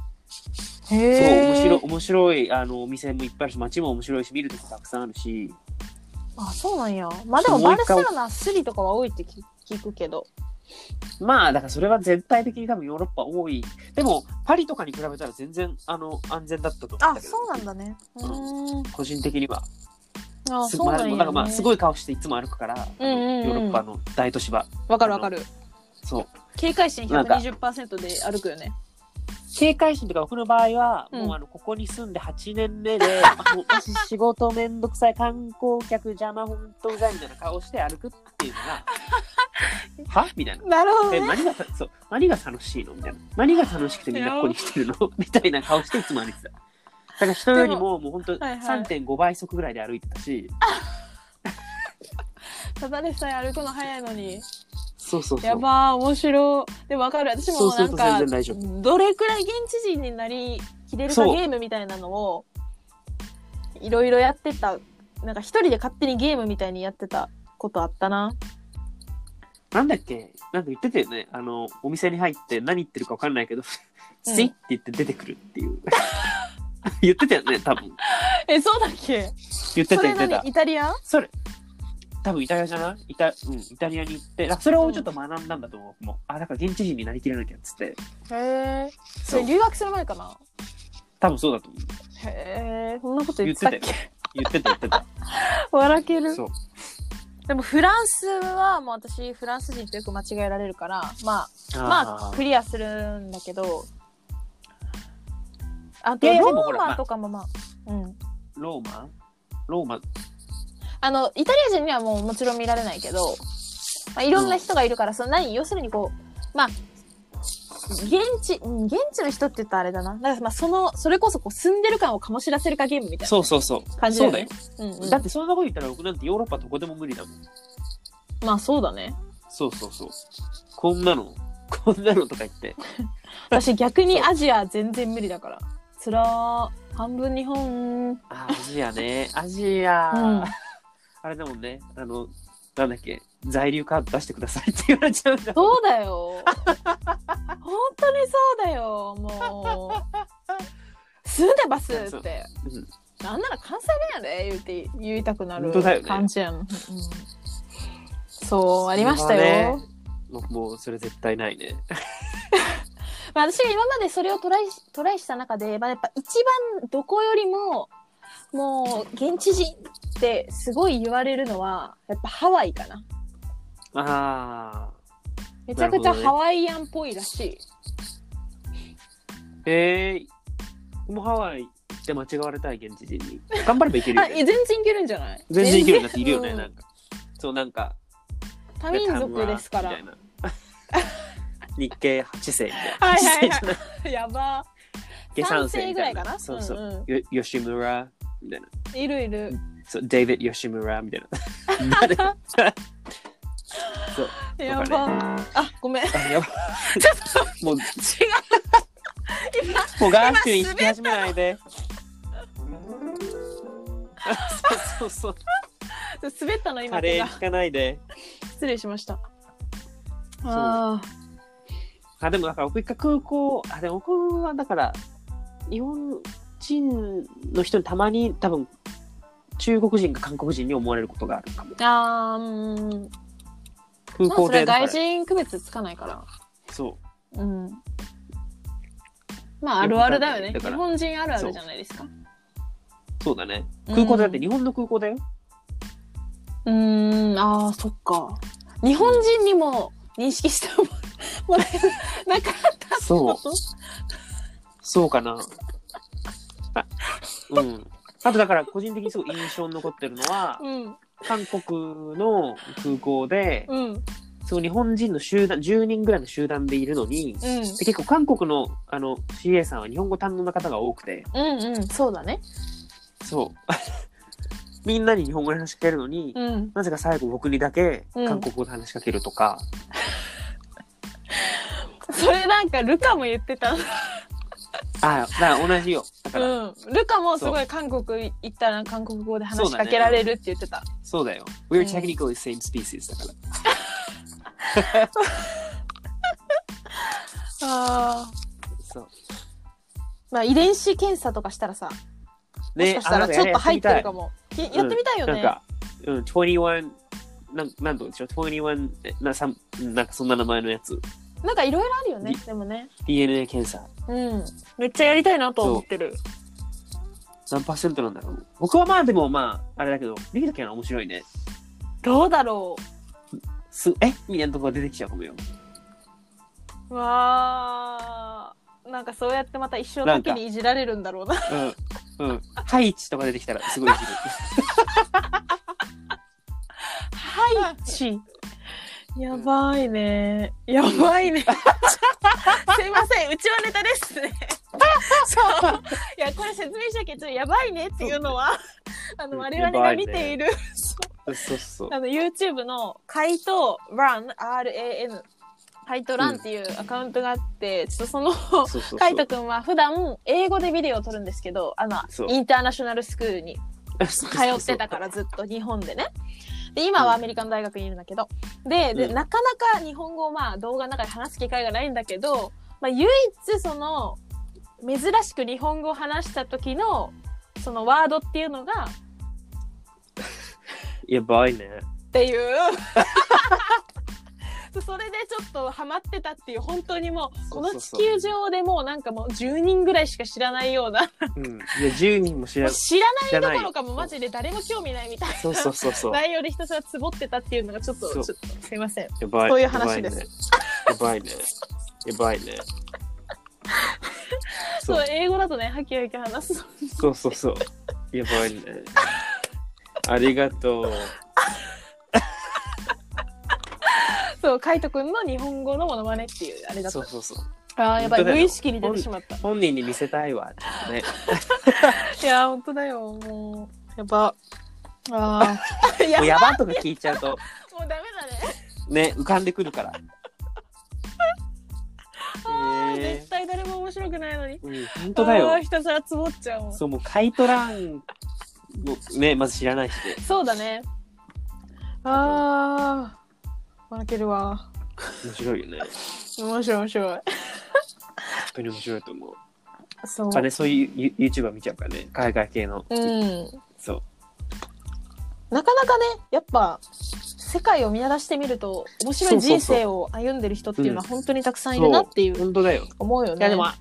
Speaker 1: へ
Speaker 2: そう、面
Speaker 1: え。
Speaker 2: 白い、面白い、あの、お店もいっぱいあるし、街も面白いし、見るとこたくさんあるし、
Speaker 1: あ、そうなんや。まあでも
Speaker 2: もう
Speaker 1: バ
Speaker 2: 一
Speaker 1: ルセ
Speaker 2: 回
Speaker 1: ロナ、スリとかは多いって聞聞くけど。
Speaker 2: まあ、だからそれは全体的に多分ヨーロッパ多い。でも、パリとかに比べたら全然、あの、安全だったと思った
Speaker 1: あ、
Speaker 2: けど。
Speaker 1: そうなんだね。うーん。
Speaker 2: 個人的には。
Speaker 1: あ、
Speaker 2: す
Speaker 1: そう
Speaker 2: ま
Speaker 1: なん
Speaker 2: あ、な
Speaker 1: や、
Speaker 2: ん
Speaker 1: ね。
Speaker 2: かまあ、すごい顔していつも歩くから、
Speaker 1: うんうんうん
Speaker 2: ヨーロッパの大都市場。
Speaker 1: わかるわかる。
Speaker 2: そう。
Speaker 1: 警戒心
Speaker 2: なんか
Speaker 1: 120%で歩くよね。
Speaker 2: 警戒心とか僕の場合は、
Speaker 1: うん
Speaker 2: もうあのここに住んで8年 目であもう私仕事めんどくさい観光客邪魔本当うざいみたいな顔して歩くっていうのが はみたいな。
Speaker 1: なるほど
Speaker 2: え
Speaker 1: ね。
Speaker 2: 何がそう何が楽しいのみたいな何が楽しくてみんなここに来 てるのみたいな顔していつも歩いてただから人よりももう本当
Speaker 1: はいはい
Speaker 2: 3.5倍速ぐらいで歩いてたし、
Speaker 1: ただでさえ歩くの早いのに。
Speaker 2: そうそうそう
Speaker 1: やばー、面白い。でもわかる。私ももうなん
Speaker 2: そう
Speaker 1: か
Speaker 2: すると全然大丈、
Speaker 1: どれくらい現地人になりきれるか
Speaker 2: そう
Speaker 1: ゲームみたいなのを、いろいろやってた。なんか一人で勝手にゲームみたいにやってたことあったな。
Speaker 2: なんだっけなんか言ってたよねあのお店に入って何言ってるか分かんないけど「スイッ」って言って出てくるっていう、 言ってたよね多分
Speaker 1: え、そうだっけ
Speaker 2: 言って
Speaker 1: そ
Speaker 2: た言
Speaker 1: れ
Speaker 2: ってた
Speaker 1: 何イタリアン
Speaker 2: それ多分イタリアじゃないイタ,、うん、イタリアに行ってだからそれをちょっと学んだんだと思う、もうあだから現地人になりきれなきゃっつって
Speaker 1: へえ。そ
Speaker 2: そ
Speaker 1: れ
Speaker 2: う
Speaker 1: 留学する前かな
Speaker 2: 多分そうだと思う
Speaker 1: へえ。そんなこと言ってたっけ
Speaker 2: 言ってた言ってた
Speaker 1: 笑ける。
Speaker 2: そう
Speaker 1: でもフランスはもう私フランス人とよく間違えられるからまあまあクリアするんだけどあと
Speaker 2: いやいやでも
Speaker 1: ロ
Speaker 2: ほ
Speaker 1: ー
Speaker 2: らま
Speaker 1: マ
Speaker 2: あ
Speaker 1: とかもまあ、うん
Speaker 2: ローマローマ
Speaker 1: あのイタリア人にはもうもちろん見られないけど、まあ、いろんな人がいるから、その何要するにこうまあ現地うん現地の人って言ったらあれだなだからまあそのそれこそこう住んでる感を醸し出せるかゲームみたい
Speaker 2: そうそうそう
Speaker 1: な感じだ
Speaker 2: そう
Speaker 1: よ
Speaker 2: だよ
Speaker 1: ね。うんうん
Speaker 2: だってそんなこと言ったら僕なんてヨーロッパどこでも無理だもん
Speaker 1: まあそうだね
Speaker 2: そうそうそうこんなのこんなのとか言って
Speaker 1: 私逆にアジア全然無理だからつらー半分日本
Speaker 2: あアジ アねアジア、
Speaker 1: うん
Speaker 2: あれだもんねあのなんだっけ在留カード出してくださいって言われちゃうんだ
Speaker 1: そうだ よ本当にそうだよもう住んでますって
Speaker 2: うん
Speaker 1: なんなら関西弁やで言うて言いたくなる
Speaker 2: 本当だよね
Speaker 1: 感じやん、うんそうありましたよ、
Speaker 2: それはねもうもうそれ絶対ないね
Speaker 1: まあ、私が今までそれをトライトライした中で、まあ、やっぱ一番どこよりももう現地人ってすごい言われるのはやっぱハワイかな
Speaker 2: ああ
Speaker 1: めちゃくちゃ
Speaker 2: なるほどね
Speaker 1: ハワイアンっぽいらしい、
Speaker 2: えー、もうハワイって間違われたい現地人に頑張ればいけ る
Speaker 1: あ
Speaker 2: よ、
Speaker 1: い
Speaker 2: ね、
Speaker 1: や全然いけるんじゃない
Speaker 2: 全然いけるんだっているよね、
Speaker 1: うん
Speaker 2: なんかそうなんか
Speaker 1: 多民族ですから
Speaker 2: みたいな 日系八世みたいな
Speaker 1: はいはいはい
Speaker 2: 八世じゃな
Speaker 1: やば
Speaker 2: 下 三世
Speaker 1: 三世
Speaker 2: み
Speaker 1: ぐ
Speaker 2: た
Speaker 1: ら
Speaker 2: い
Speaker 1: い
Speaker 2: な
Speaker 1: かな
Speaker 2: そうそう、
Speaker 1: んん
Speaker 2: よ吉村みたいない
Speaker 1: るいる
Speaker 2: そうデイビッド吉村みたいな誰そう
Speaker 1: や
Speaker 2: わ
Speaker 1: ばあごめん違う
Speaker 2: あやば
Speaker 1: 今
Speaker 2: もうもうガーシュウィン弾き始めないでそうそうそう
Speaker 1: 滑ったの今
Speaker 2: カ
Speaker 1: 手
Speaker 2: レー
Speaker 1: が
Speaker 2: 弾かないで
Speaker 1: 失礼しました
Speaker 2: そう
Speaker 1: あー
Speaker 2: あでもだから僕一回空港あでも僕はだから日本人の人にたまに多分中国人か韓国人に思われることがあるかも
Speaker 1: あーうん
Speaker 2: 空
Speaker 1: まあそ
Speaker 2: 港
Speaker 1: れは
Speaker 2: でだから
Speaker 1: 外人区別つかないから
Speaker 2: そう
Speaker 1: うんまああるあるだよね
Speaker 2: よく
Speaker 1: 日
Speaker 2: わかんないだから
Speaker 1: 本人あるあるじゃないですか
Speaker 2: そうだね空港でだって
Speaker 1: うん
Speaker 2: 日本の空港だよ、
Speaker 1: うーんあーそっか日本人にも認識してももらえなかったって
Speaker 2: そ
Speaker 1: こ
Speaker 2: う
Speaker 1: と
Speaker 2: そうかなあうん あとだから個人的にすごい印象に残ってるのは
Speaker 1: うん
Speaker 2: 韓国の空港で
Speaker 1: うんうん
Speaker 2: その日本人の集団10人ぐらいの集団でいるのにで結構韓国のあの CA さんは日本語堪能な方が多くて
Speaker 1: うんうんそうだね
Speaker 2: そう みんなに日本語で話しかけるのに、
Speaker 1: うん
Speaker 2: なぜか最後僕にだけ
Speaker 1: うん
Speaker 2: 韓国語で話しかけるとか、
Speaker 1: それなんかルカも言ってた
Speaker 2: あだから同じよだから、
Speaker 1: うんルカもすごい韓国行ったら韓国語で話しかけられるって言ってた、
Speaker 2: そうだよ We're
Speaker 1: うん
Speaker 2: technically same species だから
Speaker 1: あー
Speaker 2: そう
Speaker 1: まあ遺伝子検査とかしたらさもしかしたらちょっと入ってるか
Speaker 2: も
Speaker 1: もきやってみたいよね、
Speaker 2: なんか、うん、21なんなんとかでしょ21えなさんなんかそんな名前のやつ
Speaker 1: なんかいろいろあるよね
Speaker 2: い、
Speaker 1: でもね。
Speaker 2: DNA 検査
Speaker 1: うん。めっちゃやりたいなと
Speaker 2: 思って
Speaker 1: る。
Speaker 2: 何パーセントなんだろう僕はまあでもまああれだけどできたけど面白いね
Speaker 1: どうだろ
Speaker 2: すえみたいなとこが出てきちゃうかもよ
Speaker 1: う。わー。なんかそうやってまた一生だけにいじられるんだろうな。
Speaker 2: うんうんハイチとか出てきたらす ごいいじる
Speaker 1: ハイチ。やばいね。やばいね。 すいません、うちはネタですね。そう。いや、これ説明したけど、ちょっとやばいねっていうのは、あの、我々が見ている、
Speaker 2: そうそう。
Speaker 1: あの YouTube の「怪盗 RAN」RAN「怪盗 RAN」っていうアカウントがあって、ちょっとその
Speaker 2: そうそう
Speaker 1: 海斗くんは普段英語でビデオを撮るんですけどあの
Speaker 2: そう
Speaker 1: インターナショナルスクールに
Speaker 2: 通
Speaker 1: 通ってたからずっと日本でね。で今はアメリカの大学にいるんだけどでで、
Speaker 2: うん
Speaker 1: なかなか日本語をまあ動画の中で話す機会がないんだけど、まあ、唯一その珍しく日本語を話した時のそのワードっていうのが
Speaker 2: やばいね。
Speaker 1: っていうそ そうそれでちょっとハマってたっていう本当にもう
Speaker 2: そ
Speaker 1: こ
Speaker 2: うそう
Speaker 1: の
Speaker 2: そう
Speaker 1: 地球上でもうなんかもう10人ぐらいしか知らないような
Speaker 2: うん、いや10人も知
Speaker 1: も
Speaker 2: ら
Speaker 1: う知ら
Speaker 2: 知ら
Speaker 1: な
Speaker 2: ないい
Speaker 1: どころかもうマジで誰も興味ないみたい
Speaker 2: そうそうそうそう
Speaker 1: な内容でひたすらつぼってたっていうのがちょっと
Speaker 2: そう
Speaker 1: ちょっとすいません
Speaker 2: やばい
Speaker 1: そういう話です
Speaker 2: やばいねやばいねやばいね
Speaker 1: そう
Speaker 2: そう
Speaker 1: 英語だとねはきはき話す
Speaker 2: そうそうそうやばいねありがとう
Speaker 1: そう海斗くんの日本語のモノマネっていうあれだっ
Speaker 2: そ
Speaker 1: た
Speaker 2: うそうそう
Speaker 1: あーやばい
Speaker 2: 本当だよ
Speaker 1: 無意識に出てしまった
Speaker 2: 本人に見せたいわってね
Speaker 1: いやー本当だよもうやばあー いや
Speaker 2: も
Speaker 1: も
Speaker 2: うやばとか聞いちゃうと
Speaker 1: うダメだね
Speaker 2: ね浮かんでくるからえ
Speaker 1: 絶対誰も面白くないのに。
Speaker 2: ーうん本当だよ
Speaker 1: あーひたすらつぼっちゃうもん。そ
Speaker 2: そうもうカイトランをねまず知らないしで
Speaker 1: うだね。ああ。負けるわ。
Speaker 2: 面白いよね
Speaker 1: 面白い面白い。
Speaker 2: 本当に面白いと思う
Speaker 1: そう。
Speaker 2: あれそういうユ YouTuber 見ちゃうからね海外系の、
Speaker 1: うん。
Speaker 2: そう
Speaker 1: なかなかね、やっぱ、世界を見渡してみると、面白い人生を歩んでる人っていうのは本当にたくさんいるなっていう、
Speaker 2: 本当だよ
Speaker 1: 思うよね。
Speaker 2: いやでもあ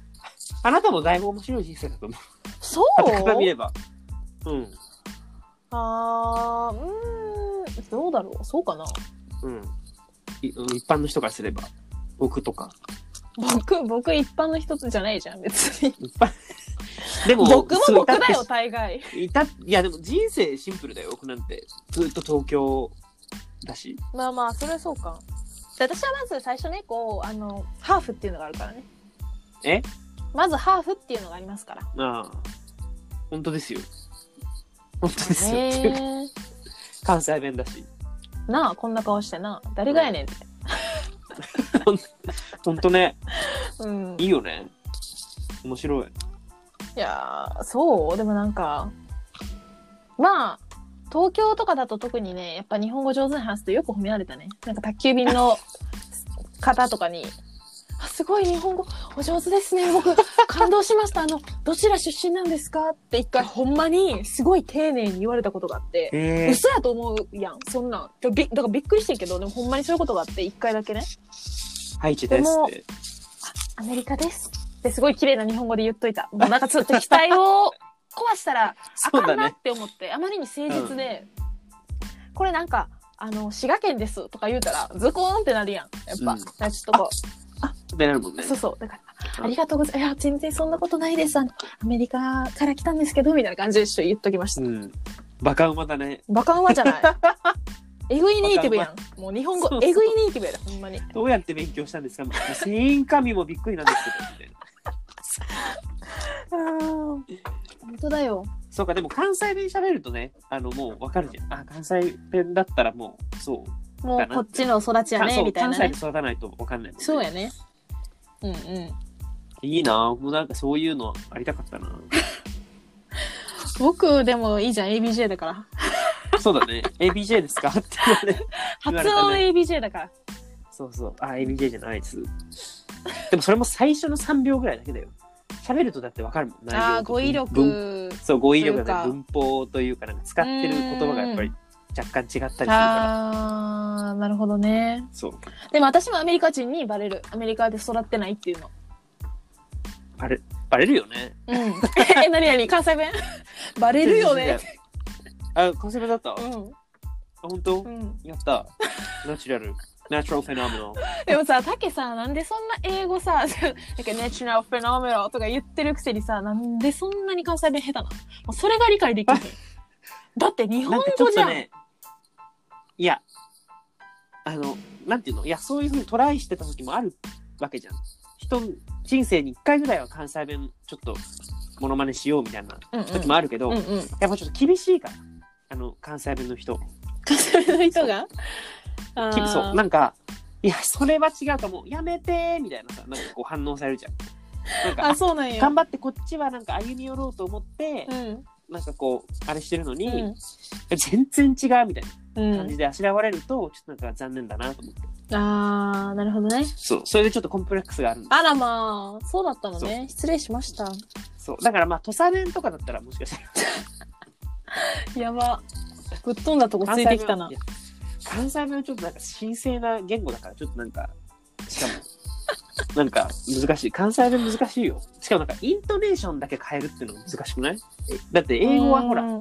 Speaker 2: あなたもだいぶ面白い人生だと思う
Speaker 1: そう
Speaker 2: 傍から見ればうん
Speaker 1: ああ、うーん、どうだろう。そうかな。
Speaker 2: うんいうん一般の人からすれば僕とか
Speaker 1: 僕、僕一般の人じゃないじゃん、別に。
Speaker 2: 一般 でも
Speaker 1: 僕も
Speaker 2: そう
Speaker 1: 僕だ
Speaker 2: 至
Speaker 1: よ、
Speaker 2: って
Speaker 1: 大概。
Speaker 2: いたいやでも人生シンプルだよ僕なんてずっと東京だし
Speaker 1: まあまあそれはそうかで私はまず最初ねこうあのハーフっていうのがあるからね
Speaker 2: え
Speaker 1: まずハーフっていうのがありますから
Speaker 2: ああ本当ですよ本当 ですよ、っていうか
Speaker 1: ね
Speaker 2: 関西弁だし
Speaker 1: えなあこんな顔してな誰がやねんって
Speaker 2: 本当ね
Speaker 1: うん
Speaker 2: い
Speaker 1: い
Speaker 2: いよね面白い
Speaker 1: やーそうでもなんかまあ東京とかだと特にねやっぱ日本語上手に話すとよく褒められたねなんか宅急便 の方とかに「あすごい日本語お上手ですね僕感動しましたあのどちら出身なんですか?」って一回ほんまにすごい丁寧に言われたことがあって
Speaker 2: え
Speaker 1: 嘘やと思うやんそんなんでもびだからびっくりしてんけどでもほんまにそういうことがあって一回だけね
Speaker 2: ハイチですって
Speaker 1: 「アメリカです」ってすごい綺麗な日本語で言っといたもうなんかちょっと期待を壊したらあ
Speaker 2: そう
Speaker 1: か
Speaker 2: だ
Speaker 1: んなっ
Speaker 2: ね
Speaker 1: て思って、あまりに誠実で、これなんかあの滋賀県ですとか言うたらズコーンってなるやんやっぱ、
Speaker 2: うん
Speaker 1: だからちょっとこう
Speaker 2: ってなるもんね
Speaker 1: そうそう。だから、
Speaker 2: うん
Speaker 1: ありがとうございます。いや、全然そんなことないです。あの、アメリカから来たんですけど、みたいな感じでちょっと言っときました。
Speaker 2: うんバカ馬だね
Speaker 1: バカ馬じゃ ない。えぐいネイティブやん。もう日本語
Speaker 2: そう、そう
Speaker 1: えぐいネイティブやで、ほんまに。
Speaker 2: どうやって勉強したんですか全員神もびっくりなんですけどみたいな
Speaker 1: 本当だよ。
Speaker 2: そうかでも関西弁喋るとねあのもうわかるじゃんあ関西弁だったらもうそう
Speaker 1: もうこっちの育ちや
Speaker 2: か
Speaker 1: ね、
Speaker 2: そう
Speaker 1: みたいな
Speaker 2: 関
Speaker 1: ね
Speaker 2: 西。で育たないとわかんないもんね
Speaker 1: そうやね。うんうん。
Speaker 2: いいなもうなんかそういうのありたかったな
Speaker 1: 僕、でもいいじゃん、ABJ だから。
Speaker 2: そうだね ABJ ですかって言われ
Speaker 1: 発
Speaker 2: 言われたね
Speaker 1: 音 ABJ だから。
Speaker 2: そうそう。あ、ABJ じゃないです。でもそれも最初の3秒ぐらいだけだよ。喋るとだってわかるもん。内容と
Speaker 1: ああー、語彙
Speaker 2: 文
Speaker 1: 力。
Speaker 2: そう、語彙力
Speaker 1: という
Speaker 2: が
Speaker 1: か
Speaker 2: ね、文法というか、なんか使ってる言葉がやっぱ
Speaker 1: う
Speaker 2: り若干違ったりするから。
Speaker 1: ああ、なるほどね。
Speaker 2: そう。
Speaker 1: でも私もアメリカ人にバレる。アメリカで育ってないっていうの。
Speaker 2: バレ、バレるよね。
Speaker 1: うん、 え、なになに関西弁 バレるよね。。
Speaker 2: あ、コンセプトだった、
Speaker 1: う
Speaker 2: あ、
Speaker 1: ん。
Speaker 2: 本当
Speaker 1: うん。
Speaker 2: やった。ナチュラル。ナチュラルフェノメノ。
Speaker 1: でもさ、たけさ、なんでそんな英語さ、 なんかネチュラルフェノメロとか言ってるくせにさ、なんでそんなに関西弁下手なのもうそれが理解でき ない。だって日
Speaker 2: なん
Speaker 1: 本
Speaker 2: かちょ
Speaker 1: 語
Speaker 2: っ
Speaker 1: じゃ
Speaker 2: と
Speaker 1: ん。
Speaker 2: ね、いや、あの、なんていうの、いや、そういうふうにトライしてた時もあるわけじゃん。人、人生に1回ぐらいは関西弁、ちょっと、モノマネしようみたいな
Speaker 1: うんうん
Speaker 2: 時もあるけど、
Speaker 1: うん
Speaker 2: やっ
Speaker 1: うん。
Speaker 2: ぱちょっと厳しいから、あの、関西弁の人。
Speaker 1: 関西弁の人 があ
Speaker 2: き
Speaker 1: ー
Speaker 2: そう、なんか、いや、それは違うかも、やめてーみたいなさ、なんかこう反応されるじゃん。なん
Speaker 1: あ、
Speaker 2: か、
Speaker 1: そうなんや
Speaker 2: 頑。張ってこっちはなんか歩み寄ろうと思って
Speaker 1: う、ん。
Speaker 2: なんかこう、あれしてるのに、
Speaker 1: うん
Speaker 2: 全然違うみたいな。
Speaker 1: う
Speaker 2: 感じ
Speaker 1: ん。
Speaker 2: であしらわれると、ちょっとなんか残念だなと思って。
Speaker 1: あー、なるほどね。
Speaker 2: そう。それでちょっとコンプレックスがあるんだ。
Speaker 1: あらまあ、そうだったのね。失礼しました。
Speaker 2: そう。だからまあ、土佐弁とかだったらもしかしたら。
Speaker 1: やば。ぶっ飛んだとこついてきたな
Speaker 2: 関西弁。関西弁はちょっとなんか神聖な言語だから、ちょっとなんか、しかも、 なんか難しい。関西弁難しいよ。しかもなんか、イントネーションだけ変えるっていうのが難しくないえだって英語はほら、
Speaker 1: う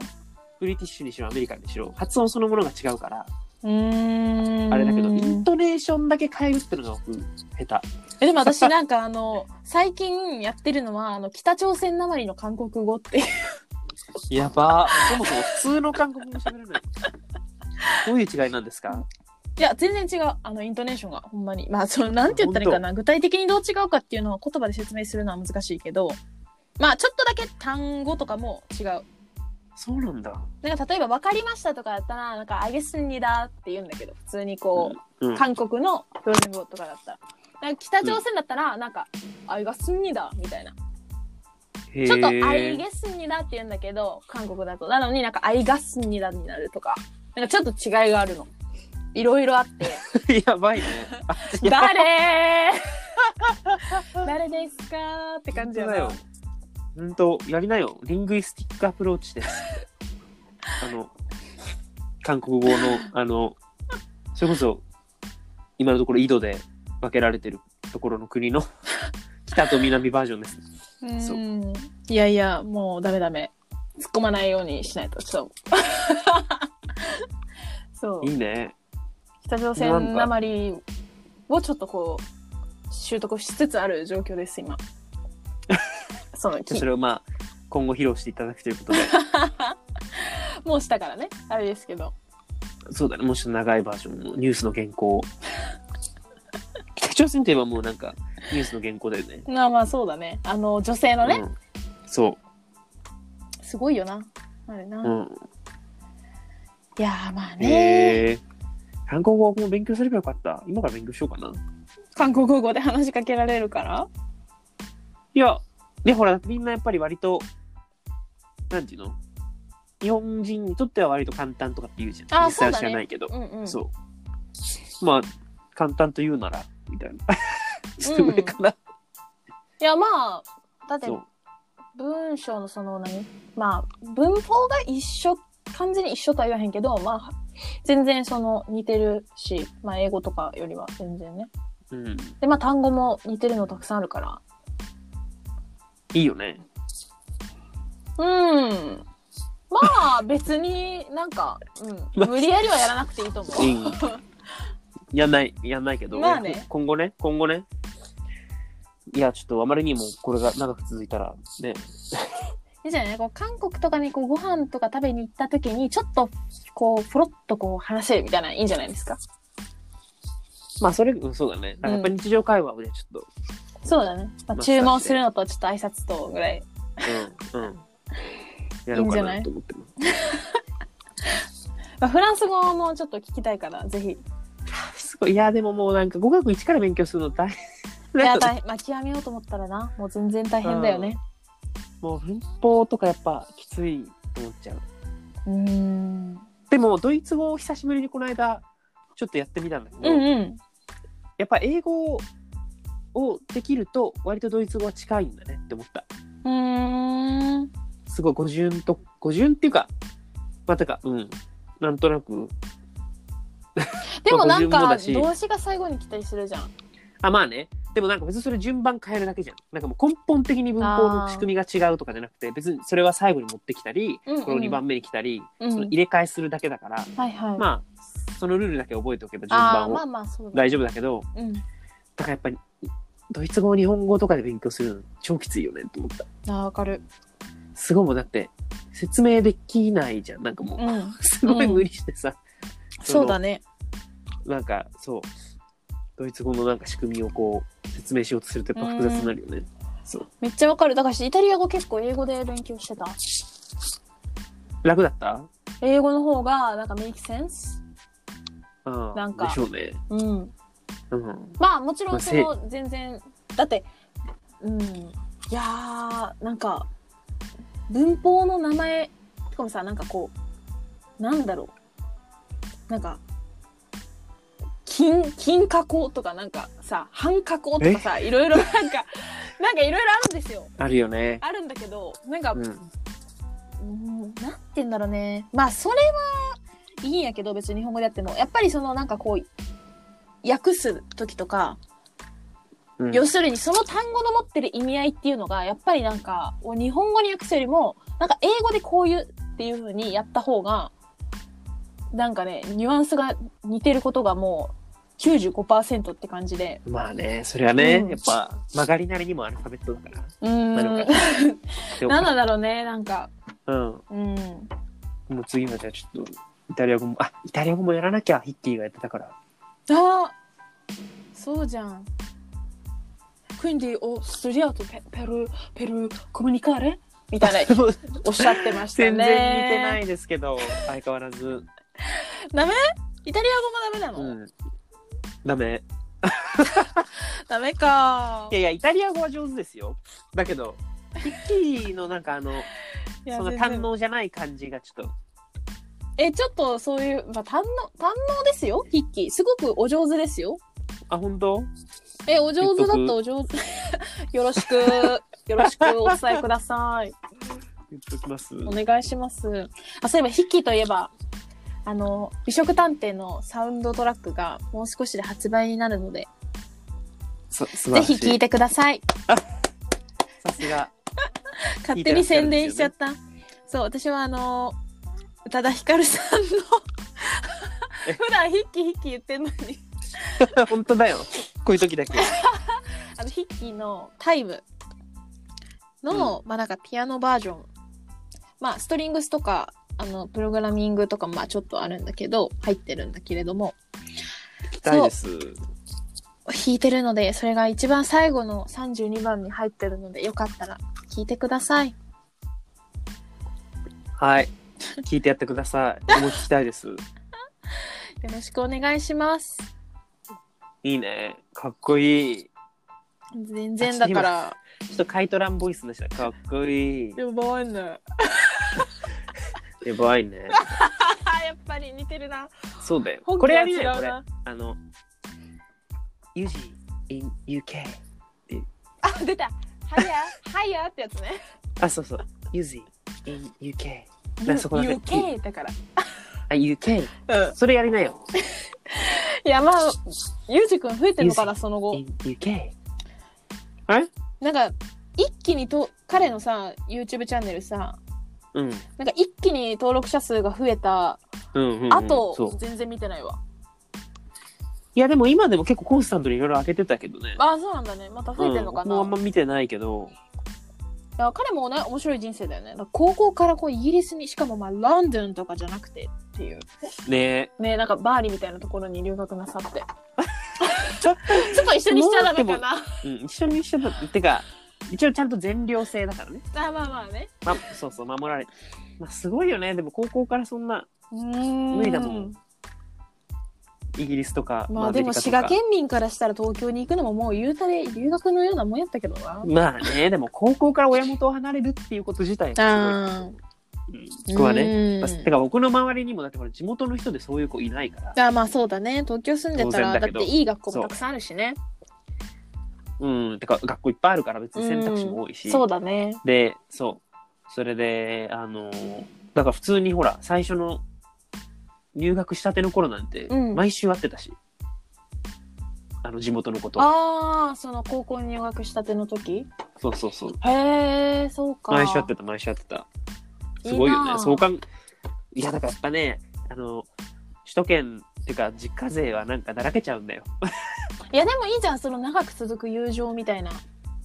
Speaker 2: ブリティッシュにしろアメリカンにしろ、発音そのものが違うから、
Speaker 1: ーん。
Speaker 2: あれだけど、イントネーションだけ変えるっていうのが僕、下手。
Speaker 1: えでも私なんかあの、最近やってるのは、あの、北朝鮮なまりの韓国語っていう。
Speaker 2: やば。そもそも普通の韓国語喋れない。どういう違いなんですか
Speaker 1: いや、全然違う。あの、イントネーションが、ほんまに。まあ、その、なんて言ったらいいかな。具体的にどう違うかっていうのを言葉で説明するのは難しいけど、まあ、ちょっとだけ単語とかも違う。
Speaker 2: そうなんだ。
Speaker 1: なんか、例えば、わかりましたとかだったら、なんか、あげすんにだって言うんだけど、普通にこう、
Speaker 2: うん、
Speaker 1: 韓国の標準語とかだったら。なんか北朝鮮だったら、なんか、あいがすんにだみたいな。
Speaker 2: へー
Speaker 1: ちょっとアイゲスにだって言うんだけど、韓国だと。なのになんかアイガスにだになるとか。なんかちょっと違いがあるの。いろいろあ って。
Speaker 2: やばいね。あやばい
Speaker 1: 誰 誰ですかって感じやな
Speaker 2: 本当だよ。本当やりなよ。リングイスティックアプローチ です。あの、韓国語の、あの、それこそ、今のところ井戸で分けられてるところの国の北と南バージョンです。
Speaker 1: うん
Speaker 2: そう
Speaker 1: いやいや、もうダメダメ。突っ込まないようにしないと。ちょっと。 そう
Speaker 2: い。いね。
Speaker 1: 北朝鮮なまりをちょっとこう、習得しつつある状況です、 今。その、
Speaker 2: じゃあそれをまあ、今後披露していただくということで、
Speaker 1: もうしたからね。あれですけど。
Speaker 2: そうだね、もうちょっと長いバージョンのニュースの原 稿を。北朝鮮といえばもうなんか、ニュースの原稿だよね。
Speaker 1: まあまあそうだね。あの、女性のね、
Speaker 2: うん、そ
Speaker 1: すごいよな。あれな。
Speaker 2: う。うん。
Speaker 1: いやーまあね、
Speaker 2: へえ。韓国語も勉強すればよかった。今から勉強しようかな。
Speaker 1: 韓国語で話しかけられるから。
Speaker 2: いや、で、ほら、みんなやっぱり割と、なんていうの日本人にとっては割と簡単とかって言うじゃん。
Speaker 1: あ
Speaker 2: 実際は
Speaker 1: そうだ
Speaker 2: 知
Speaker 1: ね
Speaker 2: らないけど。
Speaker 1: うんうん。
Speaker 2: そう,、まあ、簡単と言うなら、みたいな。 ちょっと上かな。
Speaker 1: いやまあ、だって
Speaker 2: そう。
Speaker 1: 文章のその何まあ、文法が一緒、完全に一緒とは言わへんけど、まあ、全然その似てるし、まあ英語とかよりは全然ね。
Speaker 2: うん。
Speaker 1: でまあ単語も似てるのたくさんあるから。
Speaker 2: いいよね。
Speaker 1: うん。まあ別になんか、うん、無理やりはやらなくていいと思う。
Speaker 2: うん。やんない、やんないけど、
Speaker 1: まあね
Speaker 2: 今後ね、今後ね。いや、ちょっとあまりにもこれが長く続いたら、ね、
Speaker 1: いいじゃないこう韓国とかにこうご飯とか食べに行った時にちょっとこうポロッとこう話せるみたいなのいいんじゃないですか
Speaker 2: まあそれ、うん、そうだね。なんかやっぱ日常会話でちょっ
Speaker 1: そうだね、まあ、
Speaker 2: まあ
Speaker 1: 注文するのとちょっと挨拶とぐらい
Speaker 2: と、うん、 うん。やろうかなと思ってます。
Speaker 1: まあフランス語もちょっと聞きたいからぜひい
Speaker 2: すごい。いや、でももうなんか語学一から勉強するの大変だよ
Speaker 1: や
Speaker 2: ね
Speaker 1: 大まあ極めようと思ったらなもう全然大変だよね
Speaker 2: もう文法とかやっぱきついと思っちゃう。
Speaker 1: うんうん
Speaker 2: でも、ドイツ語を久しぶりにこの間、ちょっとやってみたんだけど、
Speaker 1: うん
Speaker 2: やっぱ英語をできると、割とドイツ語は近いんだねって思った。
Speaker 1: うーん
Speaker 2: すごい語順と、語順っていうか、まあ、たか、うん。なんとなく。
Speaker 1: でもなん
Speaker 2: まあ50も
Speaker 1: か
Speaker 2: だし
Speaker 1: 動詞が最後に来たりするじゃん
Speaker 2: あ、まあね。でもなんか別にそれ順番変えるだけじゃん。なんかもう根本的に文法の仕組みが違うとかじゃなくて、別にそれは最後に持ってきたり、
Speaker 1: うんうん
Speaker 2: この2番目に来たり、
Speaker 1: うん
Speaker 2: その入れ替えするだけだから、
Speaker 1: はいはい、
Speaker 2: まあ、そのルールだけ覚えておけば順
Speaker 1: あ
Speaker 2: 番
Speaker 1: あ
Speaker 2: を、
Speaker 1: まあまあそうだ、
Speaker 2: 大丈夫だけど、
Speaker 1: うん、
Speaker 2: だからやっぱり、ドイツ語、日本語とかで勉強するの超きついよねって思った。
Speaker 1: ああわかる
Speaker 2: すごいもうだって、説明できないじゃん。なんかもう、
Speaker 1: うん
Speaker 2: すごい無理してさ、
Speaker 1: そうだ
Speaker 2: ね。
Speaker 1: ね
Speaker 2: なんか、そう、ドイツ語のなんか仕組みをこう、説明しようとするとやっぱ複雑になるよね。そう。
Speaker 1: めっちゃわかるだからしイタリア語結構英語で勉強してた
Speaker 2: 楽だった
Speaker 1: 英語の方がなんか make sense
Speaker 2: うん。
Speaker 1: なんか
Speaker 2: でしょうね。
Speaker 1: うん
Speaker 2: うん。
Speaker 1: まあもちろ
Speaker 2: ま
Speaker 1: ん
Speaker 2: あ
Speaker 1: その全然だってうんいやーなんか文法の名前とかもさなんかこうなんだろうなんか金金加工とかなんかさ半加工とかさいろいろなんかなんかいろいろあるんですよ
Speaker 2: あるよね。
Speaker 1: あるんだけどなんか
Speaker 2: うん。
Speaker 1: うん、なんて言うんだろうね。まあ、それはいいんやけど別に日本語でやってもやっぱりそのなんかこう訳す時とか、
Speaker 2: うん
Speaker 1: 要するにその単語の持ってる意味合いっていうのがやっぱりなんか日本語に訳すよりもなんか英語でこういうっていう風にやった方がなんかねニュアンスが似てることがもう95%って感じで
Speaker 2: まあね、それはね、
Speaker 1: うん
Speaker 2: やっぱ曲がりなりにもアルファベットだから。
Speaker 1: うー
Speaker 2: なんのかでも
Speaker 1: なんだろうねなんか
Speaker 2: うん。
Speaker 1: うん
Speaker 2: もう次のじゃあちょっと、イタリア語も、あ、イタリア語もやらなきゃ、ヒッティがやってたから。
Speaker 1: あそうじゃん。Quindi ho studiato pe- per, per comunicare? みたい なおっしゃってましたね。
Speaker 2: 全然似てないですけど、相変わらず。
Speaker 1: イタリア語もダメなの、
Speaker 2: うん。ダメ。
Speaker 1: ダメか
Speaker 2: い。やいや、イタリア語は上手ですよ。だけど、ヒッティのなんかあの、
Speaker 1: いや
Speaker 2: そんな
Speaker 1: 全
Speaker 2: 堪
Speaker 1: 然
Speaker 2: 能じゃない感じがちょっと。
Speaker 1: え、ちょっとそういう、まあ、堪能、堪能ですよ、ヒッキー。すごくお上手ですよ。
Speaker 2: あ、本当
Speaker 1: え、お上手だっ
Speaker 2: 言
Speaker 1: た
Speaker 2: っ
Speaker 1: お上手。 よろしく、よろしくお伝えください。
Speaker 2: 言っときます。
Speaker 1: お願いします。あ、そういえば、ヒッキーといえば、あの、美食探偵のサウンドトラックがもう少しで発売になるので、
Speaker 2: そ素晴
Speaker 1: ぜ
Speaker 2: らし
Speaker 1: ひ
Speaker 2: い
Speaker 1: 聞いてください。
Speaker 2: さすが。
Speaker 1: 勝手に宣伝しちゃった。そう、私はあの、宇多田ヒカルさんの、
Speaker 2: え
Speaker 1: 普段ヒッキーヒッキー言ってんのに、
Speaker 2: 本当だよ。こういう時だけ。
Speaker 1: あの、ヒッキーのタイムの、まあなんかピアノバージョン。まあ、ストリングスとか、あの、プログラミングとか、まあちょっとあるんだけど、入ってるんだけれども、
Speaker 2: 聞きたいです。
Speaker 1: 弾いてるのでそれが一番最後の32番に入ってるのでよかったら聞いてください
Speaker 2: はい。聞いてやってください。もう聞きたいです。
Speaker 1: よろしくお願いします
Speaker 2: いいね。かっこいい。
Speaker 1: 全然だから
Speaker 2: ちょっとカイトランボイスでした。かっこいい。
Speaker 1: やばいねや
Speaker 2: やばいね。
Speaker 1: っぱり似てるな
Speaker 2: そうだよ。
Speaker 1: 本
Speaker 2: こ
Speaker 1: 気
Speaker 2: れ
Speaker 1: は
Speaker 2: や
Speaker 1: 違
Speaker 2: り
Speaker 1: う
Speaker 2: な
Speaker 1: な
Speaker 2: よ、これ。あの、UG in UK。
Speaker 1: あ出たはやはやってやつね
Speaker 2: あ、そうそう。UG in UK。なそこだけ
Speaker 1: UK だから
Speaker 2: あ、UK。
Speaker 1: うん
Speaker 2: それやりなよ。
Speaker 1: いやまあゆうじくん増えてるのかなその後
Speaker 2: in UK。あれ
Speaker 1: なんか一気にと彼のさ YouTube チャンネルさ
Speaker 2: うん。
Speaker 1: なんか一気に登録者数が増えた
Speaker 2: うんうんうん。
Speaker 1: あと、
Speaker 2: そう。
Speaker 1: 全然見てないわ
Speaker 2: いや、でも今でも結構コンスタントにいろいろ上げてたけどね。
Speaker 1: あそうなんだねまた増えてるのか
Speaker 2: うん
Speaker 1: な、
Speaker 2: もうあんま見てないけど。
Speaker 1: いや彼もね面白い人生だよねだから高校からこうイギリスにしかもまあロンドンとかじゃなくてっていう
Speaker 2: ね
Speaker 1: ねなんかバーリーみたいなところに留学なさって ちょっと一緒にしちゃダメかな
Speaker 2: うん、一緒に一緒だってか、一応ちゃんと全寮制だからね。
Speaker 1: あまあまあね
Speaker 2: ま、そうそう、守られまあ、すごいよね。でも高校からそんな
Speaker 1: 無
Speaker 2: 無理だもんイギリスとか。
Speaker 1: まあ
Speaker 2: ア
Speaker 1: で
Speaker 2: メ
Speaker 1: も
Speaker 2: リカと
Speaker 1: 滋
Speaker 2: か
Speaker 1: 賀県民からしたら東京に行くのももう言うたれ留学のようなもんやったけどな
Speaker 2: まあね、でも高校から親元を離れるっていうこと自体がすごい。うん僕はね。
Speaker 1: ね
Speaker 2: まあてか僕の周りにもだってほら地元の人でそういう子いないから。
Speaker 1: あまあそうだね東京住んでたら
Speaker 2: 当然
Speaker 1: だ
Speaker 2: だ
Speaker 1: っ
Speaker 2: け
Speaker 1: て
Speaker 2: ど
Speaker 1: いい学校もたくさんあるしね
Speaker 2: うん。てか学校いっぱいあるから別に選択肢も多いし。
Speaker 1: そうだね
Speaker 2: で、そう。それで、あのーだから普通にほら、最初の入学したての頃なんて、
Speaker 1: うん
Speaker 2: 毎週会ってたし。あの、地元のこと。
Speaker 1: ああその高校に入学したての時
Speaker 2: そうそうそう。
Speaker 1: へえ、そうか。
Speaker 2: 毎週会ってた、毎週会ってた。すごいよね。
Speaker 1: いいな
Speaker 2: そうかん、いや、だからやっぱね、あの、首都圏っていうか、実家勢はなんかだらけちゃうんだよ。
Speaker 1: いや、でもいいじゃん、その長く続く友情みたいな。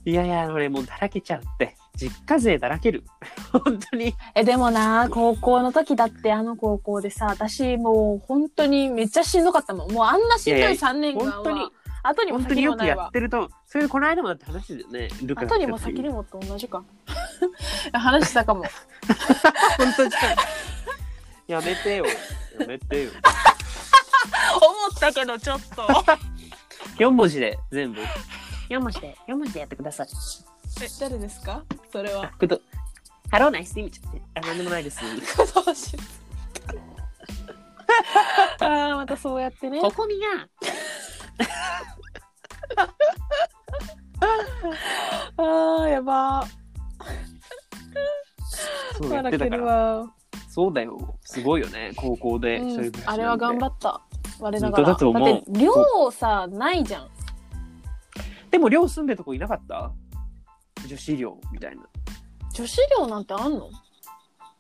Speaker 2: いやいや、俺もうだらけちゃうって。実家勢だらける。 本当に。
Speaker 1: え、でもな、高校の時だって、あの高校でさ、私もう本当にめっちゃしんどかったもん。もうあんなしんど
Speaker 2: いや
Speaker 1: い
Speaker 2: いや
Speaker 1: 3年間は。
Speaker 2: 本当に、
Speaker 1: 後にも
Speaker 2: 本当
Speaker 1: 先
Speaker 2: に
Speaker 1: にも
Speaker 2: よく
Speaker 1: ない
Speaker 2: や
Speaker 1: わ
Speaker 2: っ。てると、それでこの間もだって話ですよね。ルカが
Speaker 1: 後にも先にもと同じか。 話したかも。
Speaker 2: 本当にやめてよ。やめてよ。
Speaker 1: 思ったけど、ちょっと。
Speaker 2: 4文字で全部。4文字で、4文字でやってください。
Speaker 1: え、誰ですかそ れは。
Speaker 2: こと、ハローナイスって意味ちゃって。あ、なんでもないです。
Speaker 1: ああ、またそうやってね。
Speaker 2: ここみが。
Speaker 1: ああ、やば
Speaker 2: そう
Speaker 1: ー。
Speaker 2: やってたから。
Speaker 1: わ。
Speaker 2: そうだよ。すごいよね。高校で一人暮らしなんて。
Speaker 1: あれは頑張った我なが
Speaker 2: 本当
Speaker 1: ら
Speaker 2: だと思う
Speaker 1: って量さないじゃん
Speaker 2: でも寮住んでるとこいなかった女子寮みたいな。
Speaker 1: 女子寮なんてあんの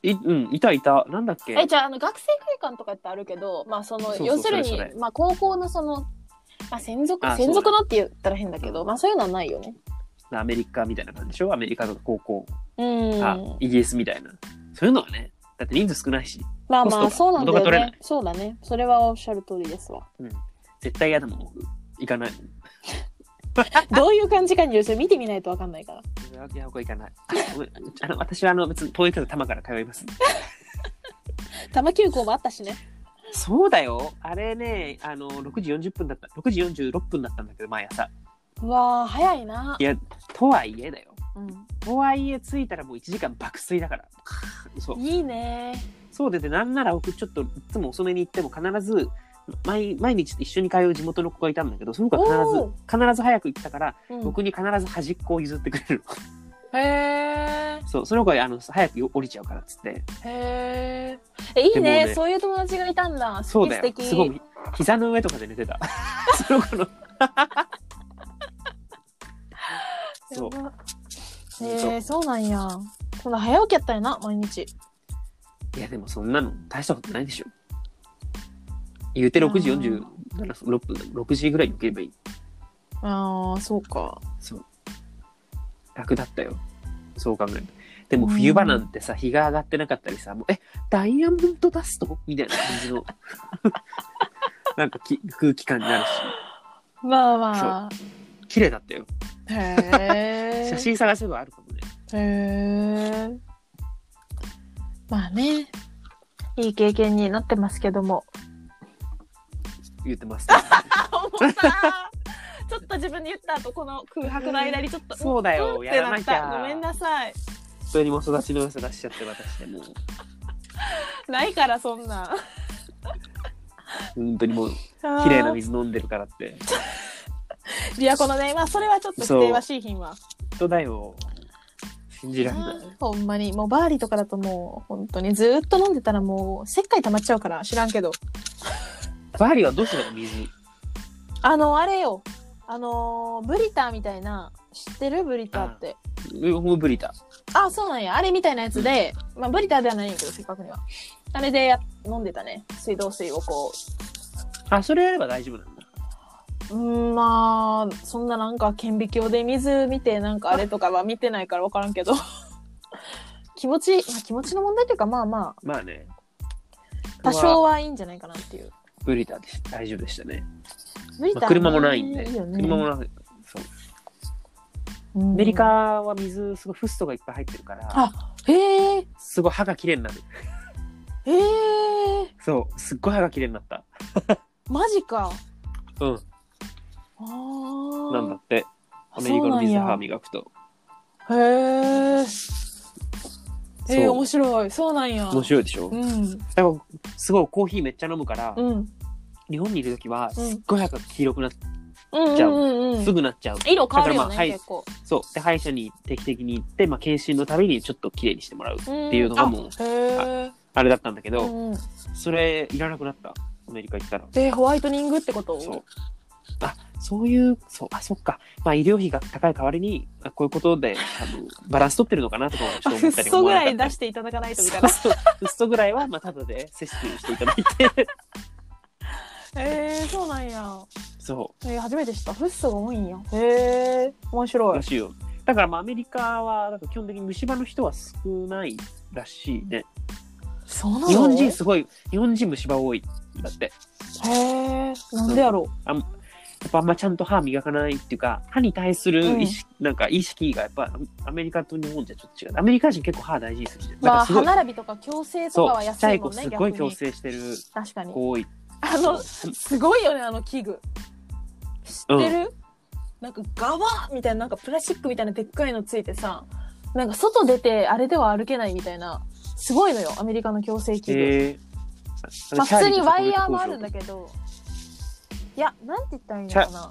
Speaker 2: いうん、いたいた。なんだっけ
Speaker 1: えじゃああの学生会館とかってあるけどまあその
Speaker 2: そうそう
Speaker 1: 要するに
Speaker 2: それそれ
Speaker 1: まあ、高校のその、まあ、専属
Speaker 2: あ
Speaker 1: 専属
Speaker 2: そう
Speaker 1: のって言ったら変だけど、
Speaker 2: うん
Speaker 1: まあそういうのはないよね
Speaker 2: アメリカみたいな感じでしょアメリカの高校。
Speaker 1: うん
Speaker 2: あ、イギリスみたいな。そういうのはね。だって人数少ないし。
Speaker 1: まあ
Speaker 2: コスト
Speaker 1: まあ
Speaker 2: が
Speaker 1: そうなんだよ
Speaker 2: 元が取れな
Speaker 1: ねそうだねそれはおっしゃる通りですわ
Speaker 2: 絶対嫌だもん、僕。行かないもん。
Speaker 1: どういう感じかによって見てみないとわかんないから
Speaker 2: いやいや、僕は行かない。あごめんあの私はあの別に遠いけど多摩から通います。
Speaker 1: 玉球校もあったしね
Speaker 2: そうだよ。あれね、あの、6時40分だった。6時46分だったんだけど、毎朝。
Speaker 1: うわー早いない
Speaker 2: や、とはいえだよ。
Speaker 1: う、。
Speaker 2: とはいえ、着いたらもう1時間爆睡だから。かーそうん
Speaker 1: いいね
Speaker 2: そうでで、なんなら僕ちょっといつも遅めに行っても必ず、毎毎日一緒に通う地元の子がいたんだけど、その子
Speaker 1: お
Speaker 2: は必ず、必ず早く行ったから、
Speaker 1: うん、
Speaker 2: 僕に必ず端っこを譲ってくれる。
Speaker 1: へえ
Speaker 2: そう、その子はあの早く降りちゃうからっつって。
Speaker 1: へーえいいね
Speaker 2: でもね
Speaker 1: そういう友達がいたんだ
Speaker 2: そうだ
Speaker 1: 素
Speaker 2: よ
Speaker 1: 敵。
Speaker 2: すごい。膝の上とかで寝 てた。その子の。そう。
Speaker 1: やばへ
Speaker 2: そう
Speaker 1: えそうなんやそんな早起きやったんやな毎日
Speaker 2: いや、でもそんなの大したことないでしょ。言うて6時47分、6時ぐらいに起きればいい。
Speaker 1: ああそうか
Speaker 2: そう。楽だったよ。そう考えると。でも冬場なんてさ、日が上がってなかったりさ、もう、え、ダイヤモンドダストみたいな感 じの、なんかき空気感になる
Speaker 1: まあまあ
Speaker 2: し、綺麗だったよ。
Speaker 1: へえ
Speaker 2: 写真探せばあるかもね。
Speaker 1: へえまあねいい経験になってますけども
Speaker 2: 言ってます、ね。
Speaker 1: 思ったちょっと自分で言った後この空白の間にちょっと
Speaker 2: そうだよ
Speaker 1: んってっ
Speaker 2: やらなき
Speaker 1: た
Speaker 2: ゃ
Speaker 1: ごめんなさい
Speaker 2: 本当にもう育ちの良さ出しちゃって、私でもう。
Speaker 1: ないからそんな
Speaker 2: 本当にもう、
Speaker 1: 綺
Speaker 2: 綺麗な水飲んでるからって。
Speaker 1: 琵琶湖のねまあそれはちょっと否定はしいひんわ
Speaker 2: 本当だよ。信じられない。
Speaker 1: ほんまにもうバーリーとかだともう本当にずーっと飲んでたらもう石灰溜まっちゃうから知らんけど
Speaker 2: バーリーはどうするの水。
Speaker 1: あのあれよあのーブリターみたいな知ってるブリターって
Speaker 2: もうブリだ。
Speaker 1: あそうなんやあれみたいなやつで、まあブリターではないんやけどせっかくにはあれでや飲んでたね水道水をこ
Speaker 2: あ、それやれば大丈夫なんだ。
Speaker 1: ううんまあそんななんか顕微鏡で水見てなんかあれとかは見てないから分からんけど 気持ち、まあ、気持ちの問題というかまあま
Speaker 2: まあね。
Speaker 1: あ多少はいいんじゃないかなっていう
Speaker 2: ブリタでした大丈夫でしたね。
Speaker 1: 無理だ
Speaker 2: まあ、車もないんで。
Speaker 1: いよね
Speaker 2: 車もなくそ
Speaker 1: う
Speaker 2: う。
Speaker 1: ん
Speaker 2: アメリカは水、すごいフッ素がいっぱい入ってるから、
Speaker 1: あへえ
Speaker 2: すごい歯が綺麗になる。
Speaker 1: へえ
Speaker 2: そう、すっごい歯が綺麗になった。
Speaker 1: マジか
Speaker 2: うん、
Speaker 1: あー
Speaker 2: なんだって。アメリカの水歯磨くと。
Speaker 1: そうなんやへえへえ
Speaker 2: そう
Speaker 1: 面白いそうなんや
Speaker 2: 面白いでしょ
Speaker 1: うん
Speaker 2: だから、すごいコーヒーめっちゃ飲むから、
Speaker 1: うん
Speaker 2: 日本にいるときは、す
Speaker 1: うん
Speaker 2: っごい歯が黄色くなって、
Speaker 1: うん
Speaker 2: じゃあ
Speaker 1: うんうん
Speaker 2: すぐなっちゃう。
Speaker 1: 色変わるよ
Speaker 2: だ
Speaker 1: ね、
Speaker 2: からまあはい
Speaker 1: 結構
Speaker 2: そう。で、歯医者に定期的に行って、まあ、検診のたびにちょっと綺麗にしてもらう。
Speaker 1: って
Speaker 2: いうのがもう
Speaker 1: へえ
Speaker 2: あれだったんだけど、
Speaker 1: うんうん
Speaker 2: それ、いらなくなった。アメリカ行ったら。
Speaker 1: でホワイトニングってこと
Speaker 2: そう。あ、そういう、そう、あ、そっか。まあ、医療費が高い代わりに、あこういうことで、あの、バランス取ってるのかなとかはち
Speaker 1: あ
Speaker 2: ょっと
Speaker 1: フ
Speaker 2: 思っ
Speaker 1: ッ
Speaker 2: たり
Speaker 1: 素
Speaker 2: 思
Speaker 1: ぐ
Speaker 2: わ
Speaker 1: ら
Speaker 2: なかっ
Speaker 1: い
Speaker 2: た
Speaker 1: 出していただかないとみたいな
Speaker 2: そうそう嘘ぐらいは、まあ、ただで摂取していただいて。
Speaker 1: へえ そうなんや
Speaker 2: そ
Speaker 1: えー初めて知ったフッ素が多いんやへえ面
Speaker 2: う、
Speaker 1: 白い
Speaker 2: らしいよ。だから、まあ、アメリカは、なんか基本的に虫歯の人は少ないらしいね。
Speaker 1: そうなの
Speaker 2: 日本人すごい、日本人虫歯多い。だって。
Speaker 1: へえなんでやろ
Speaker 2: やっぱあんまちゃんと歯磨かないっていうか、歯に対する意識、なんか意識がやっぱアメリカと日本じゃちょっと違う。アメリカ人結構歯大事にするじゃん。
Speaker 1: うま
Speaker 2: な
Speaker 1: あ
Speaker 2: んかすご
Speaker 1: 歯
Speaker 2: い
Speaker 1: 並びとか矯正とか
Speaker 2: そ
Speaker 1: は
Speaker 2: う、ちっ
Speaker 1: 安
Speaker 2: ちゃ
Speaker 1: い
Speaker 2: い
Speaker 1: もん
Speaker 2: 子
Speaker 1: ね
Speaker 2: すごい
Speaker 1: 逆
Speaker 2: 矯
Speaker 1: に
Speaker 2: 正してる
Speaker 1: 確かに
Speaker 2: 子多い。
Speaker 1: あの
Speaker 2: そう
Speaker 1: すごいよねあの器具知ってる、なんかガバーみたいななんかプラスチックみたいなでっかいのついてさなんか外出てあれでは歩けないみたいなすごいのよアメリカの矯正器具、
Speaker 2: えー
Speaker 1: まあ、普通にワイヤーもあるんだ
Speaker 2: け
Speaker 1: けどいやなんて言ったらいいのかな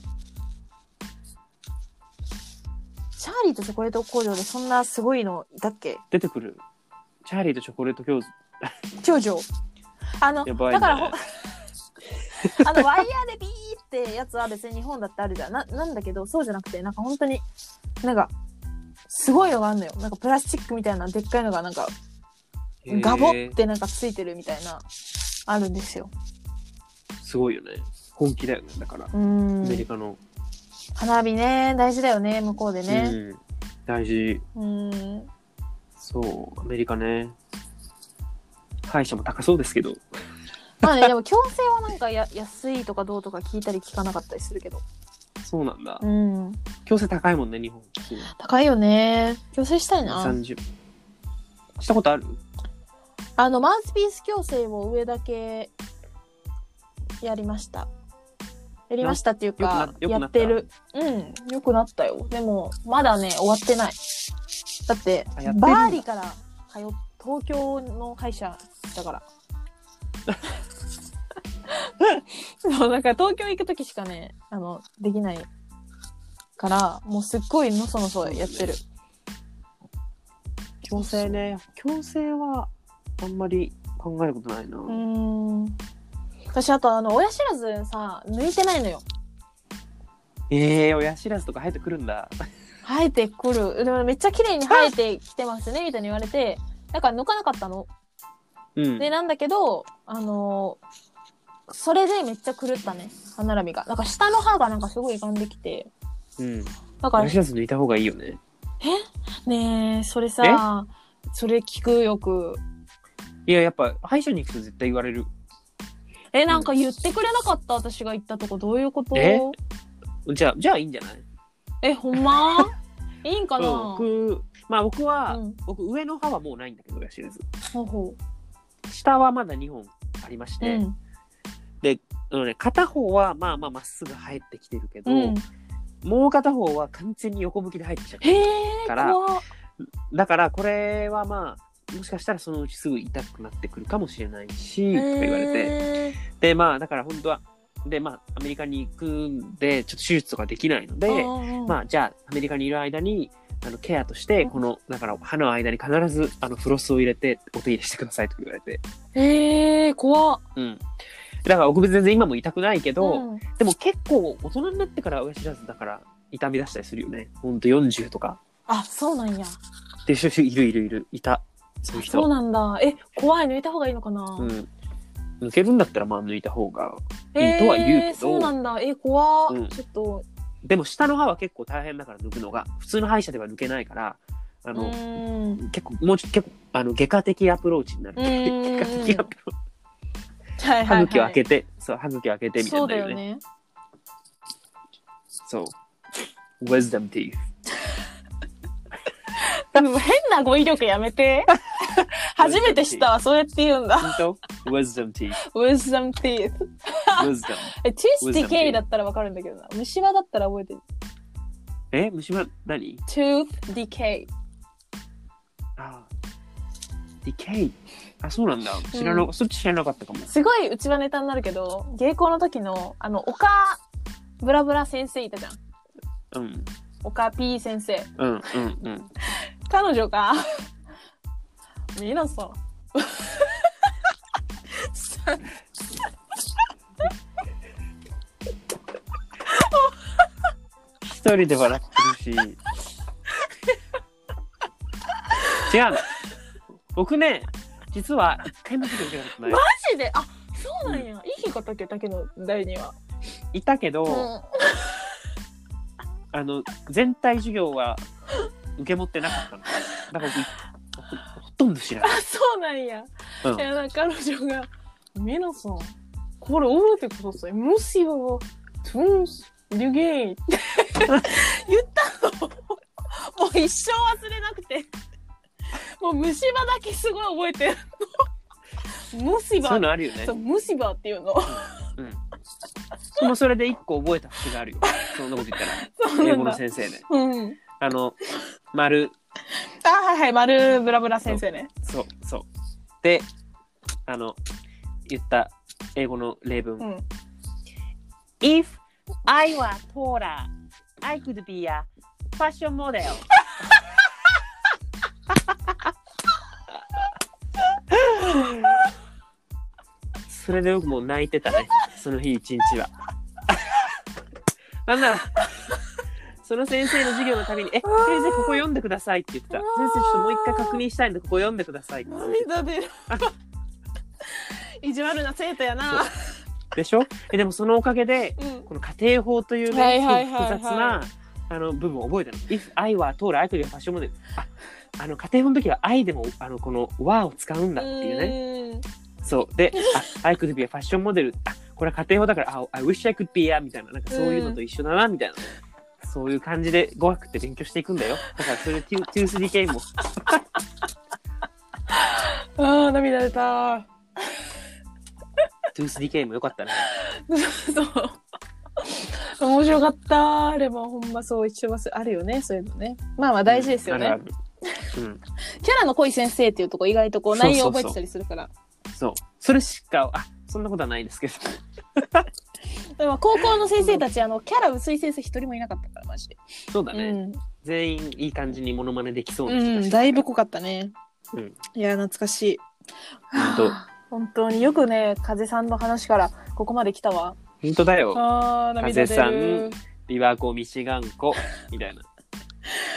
Speaker 1: チャーリーとチョコレート工場でそんなすごいのいたっけ
Speaker 2: 出てくる。チャーリーとチョコレート教
Speaker 1: 長女あの
Speaker 2: やばい
Speaker 1: だ
Speaker 2: ね
Speaker 1: からほあのワイヤーでビーってやつは別に日本だってあるじゃんななんだけどそうじゃなくてなんか本当になんかすごいのがあるのよなんかプラスチックみたいなでっかいのがなんかガボっ
Speaker 2: へー
Speaker 1: てなんかついてるみたいなあるんですよ
Speaker 2: すごいよね本気だよねだから
Speaker 1: う
Speaker 2: アメ
Speaker 1: ん
Speaker 2: リカの、
Speaker 1: 花火ね大事だよね向こうで
Speaker 2: う
Speaker 1: ね
Speaker 2: ん、大事
Speaker 1: うん
Speaker 2: そうアメリカね歯医者も高そうですけど
Speaker 1: まあねでも強制はなんかや 安いとかどうとか聞いたり聞かなかったりするけど
Speaker 2: そうなんだ
Speaker 1: うん
Speaker 2: 強制高いもんね日本
Speaker 1: 高いよね強制したいな
Speaker 2: 30したことある
Speaker 1: あのマウスピース矯正も上だけやりましたやりましたっていうか
Speaker 2: よくなよくな
Speaker 1: や
Speaker 2: った
Speaker 1: ってるうんよくなったよでもまだね終わってないだって
Speaker 2: あやってるんだ
Speaker 1: バーリから通っ東京の会社だ からそうだから東京行く時しかねあのできないからもうすっごいのそのそやってる
Speaker 2: 強制ね強制はあんまり考えることないな、
Speaker 1: うーん私あとあの親知らずさ抜いてないのよ
Speaker 2: ええー、親知らずとか生えてくるんだ
Speaker 1: 生えてくるでもめっちゃ綺麗に生えてきてますねみたいに言われてだから抜かなかったの
Speaker 2: うん
Speaker 1: でなんだけどあのーそれでめっちゃ狂ったね歯並びがなんか下の歯がなんかすごい歪んできて
Speaker 2: うん、
Speaker 1: だから
Speaker 2: 親知らず抜いた方がいいよね
Speaker 1: ねえそれさそれ聞くよく
Speaker 2: いややっぱ歯医者に行くと絶対言われる
Speaker 1: えなんか言ってくれなかった私が言ったとこどういうこと
Speaker 2: えじゃあじゃあいいんじゃない
Speaker 1: えほんま いいんかな、
Speaker 2: うん僕まあ僕は、
Speaker 1: うん
Speaker 2: 僕上の歯はもうないんだけど親知らず
Speaker 1: ほうほ
Speaker 2: 下はまだ2本ありまし
Speaker 1: う、
Speaker 2: て、あのね、片方はまあまあまっすぐ生えてきてるけど、
Speaker 1: うんうん
Speaker 2: もう片方は完全に横向きで生えてきちゃ
Speaker 1: へえ
Speaker 2: から
Speaker 1: 怖っ
Speaker 2: うだからこれはまあもしかしたらそのうちすぐ痛くなってくるかもしれないし、とか言われて
Speaker 1: て。
Speaker 2: でまあだから本当はでまあアメリカに行くんでちょっと手術とかできないので、ま
Speaker 1: あ
Speaker 2: あじゃあアメリカにいる間にあのケアとしてこのだから歯の間に必ずあのフロスを入れてお手入れしてくださいとか言われて、
Speaker 1: ー。えー、怖っ。
Speaker 2: うん、だから僕別に全然今も痛くないけど、
Speaker 1: ん、
Speaker 2: でも結構大人になってから親知らずだから痛み出したりするよね。ほんと40とか。
Speaker 1: あ、そうなんや。
Speaker 2: で、しょいるいるいる、いた。そういう人。
Speaker 1: そうなんだ。え、怖い。抜いた方がいいのかな。
Speaker 2: うん。抜けるんだったらまあ抜いた方が。
Speaker 1: えー
Speaker 2: いいとは言うけど
Speaker 1: そうなんだ。え、怖っ、
Speaker 2: うん
Speaker 1: ちょっと。
Speaker 2: でも下の歯は結構大変だから抜くのが。普通の歯医者では抜けないから、あ
Speaker 1: う
Speaker 2: の、
Speaker 1: ーん。
Speaker 2: 結構、もうちょ結構、あの、外科的アプローチになる。
Speaker 1: うんうんうん
Speaker 2: 外科的アプローチ。
Speaker 1: はい
Speaker 2: 歯茎を開け
Speaker 1: て
Speaker 2: て、そう、歯茎を開けてみたい
Speaker 1: そ
Speaker 2: に
Speaker 1: うだ
Speaker 2: なる
Speaker 1: よ
Speaker 2: よね。
Speaker 1: ね。
Speaker 2: そう。wisdom teeth。
Speaker 1: でも変な語彙力やめ て。初めて知ったわ。そうやって言うんだ。
Speaker 2: 本当 ?wisdom teeth。
Speaker 1: wisdom teeth。
Speaker 2: wisdom。
Speaker 1: え、チュースティケイだったらわかるんだけどな。虫歯だったら覚えてる。
Speaker 2: え虫歯、何
Speaker 1: tooth decay。
Speaker 2: ああ。ディケイ。あ、そうなんだ。知らな、そっち知らなかったかも。
Speaker 1: すごいうちはネタになるけど、芸校の時の、あの、岡ブラブラ先生いたじゃん。
Speaker 2: うん。
Speaker 1: 岡 P 先生。
Speaker 2: うん、うん、うん。
Speaker 1: 彼女が、 みなさん。
Speaker 2: 一人で笑ってるし。 違うの。僕ね、実は一回も出てなかったね。
Speaker 1: マジであ、そうなんや。いい日がたけ、たけの第二話。
Speaker 2: いたけど、あの、全体授業は受け持ってなかったの。だから僕、ほほとんど知らない。
Speaker 1: あ、そうなんや。
Speaker 2: うん
Speaker 1: いや、なんか彼女が、みなさん、これ覚えてください。もしよ、トゥンス、デュゲイって言ったの。もう一生忘れなくて。もう虫歯だけすごい覚えてるの。虫
Speaker 2: そうい
Speaker 1: 歯
Speaker 2: う。のあるよね
Speaker 1: そう、。虫歯っていうの。
Speaker 2: うん。そもそれで一個覚えた節があるよ。そんなこと言った
Speaker 1: そうなん
Speaker 2: ら。
Speaker 1: だ
Speaker 2: 英語の先生で。
Speaker 1: うん。
Speaker 2: あの、丸、
Speaker 1: あ、はいはい、丸ブラブラ先生ね。
Speaker 2: そうそう。で、あの、言った英語の例文。
Speaker 1: うん。
Speaker 2: If I were taller, I could be a fashion model. それで僕もう泣いてたね。その日一日は。あんなら、その先生の授業のために、え、先生ここ読んでくださいって言ってた。
Speaker 1: う
Speaker 2: 先
Speaker 1: わー
Speaker 2: 生ちょっともう一回確認したいんで、ここ読んでくださいって言ってた。
Speaker 1: 涙出 る。意地悪な生徒やな。
Speaker 2: でしょえ、でもそのおかげで、
Speaker 1: うん。
Speaker 2: この家庭法というね、
Speaker 1: はいはいはい
Speaker 2: すご
Speaker 1: はい
Speaker 2: く複雑な、あの部分を覚えたの。if 愛は通る愛というファッションモデル。あ、あの家庭法の時は愛でも、あの、この和を使うんだっていうね。
Speaker 1: ね。
Speaker 2: そう。で、あ、I could be a fashion model。あ、これは家庭法だから、あ、I wish I could be a みたいな、なんかそういうのと一緒だな、みたいな。そういう感じで語学って勉強していくんだよ。だからそれで 2-3K も。
Speaker 1: ああ、涙出た。
Speaker 2: 2-3K もよかったね。
Speaker 1: そう。 面白かった。あれもほんまそう一緒あるよね、そういうのね。まあまあ大事ですよね。
Speaker 2: うんあるあるうん。
Speaker 1: キャラの濃い先生っていうとこ意外とこう
Speaker 2: そうそう
Speaker 1: 内容
Speaker 2: そう
Speaker 1: 覚えてたりするから。
Speaker 2: そう。それしか、あ、そんなことはないですけど。
Speaker 1: でも高校の先生たち、あの、キャラ薄い先生一人もいなかったから、マジで。
Speaker 2: そうだね。
Speaker 1: うん。
Speaker 2: 全員いい感じにモノマネできそうな
Speaker 1: う
Speaker 2: 人
Speaker 1: ん、
Speaker 2: し
Speaker 1: だいぶ濃かったね。
Speaker 2: うん
Speaker 1: いや、懐かしい。
Speaker 2: 当
Speaker 1: はあ本当によくね、風さんの話からここまで来たわ。
Speaker 2: 本当だよ。
Speaker 1: ああ、涙出る。
Speaker 2: リバーコ、ミシガンコ、みたいな。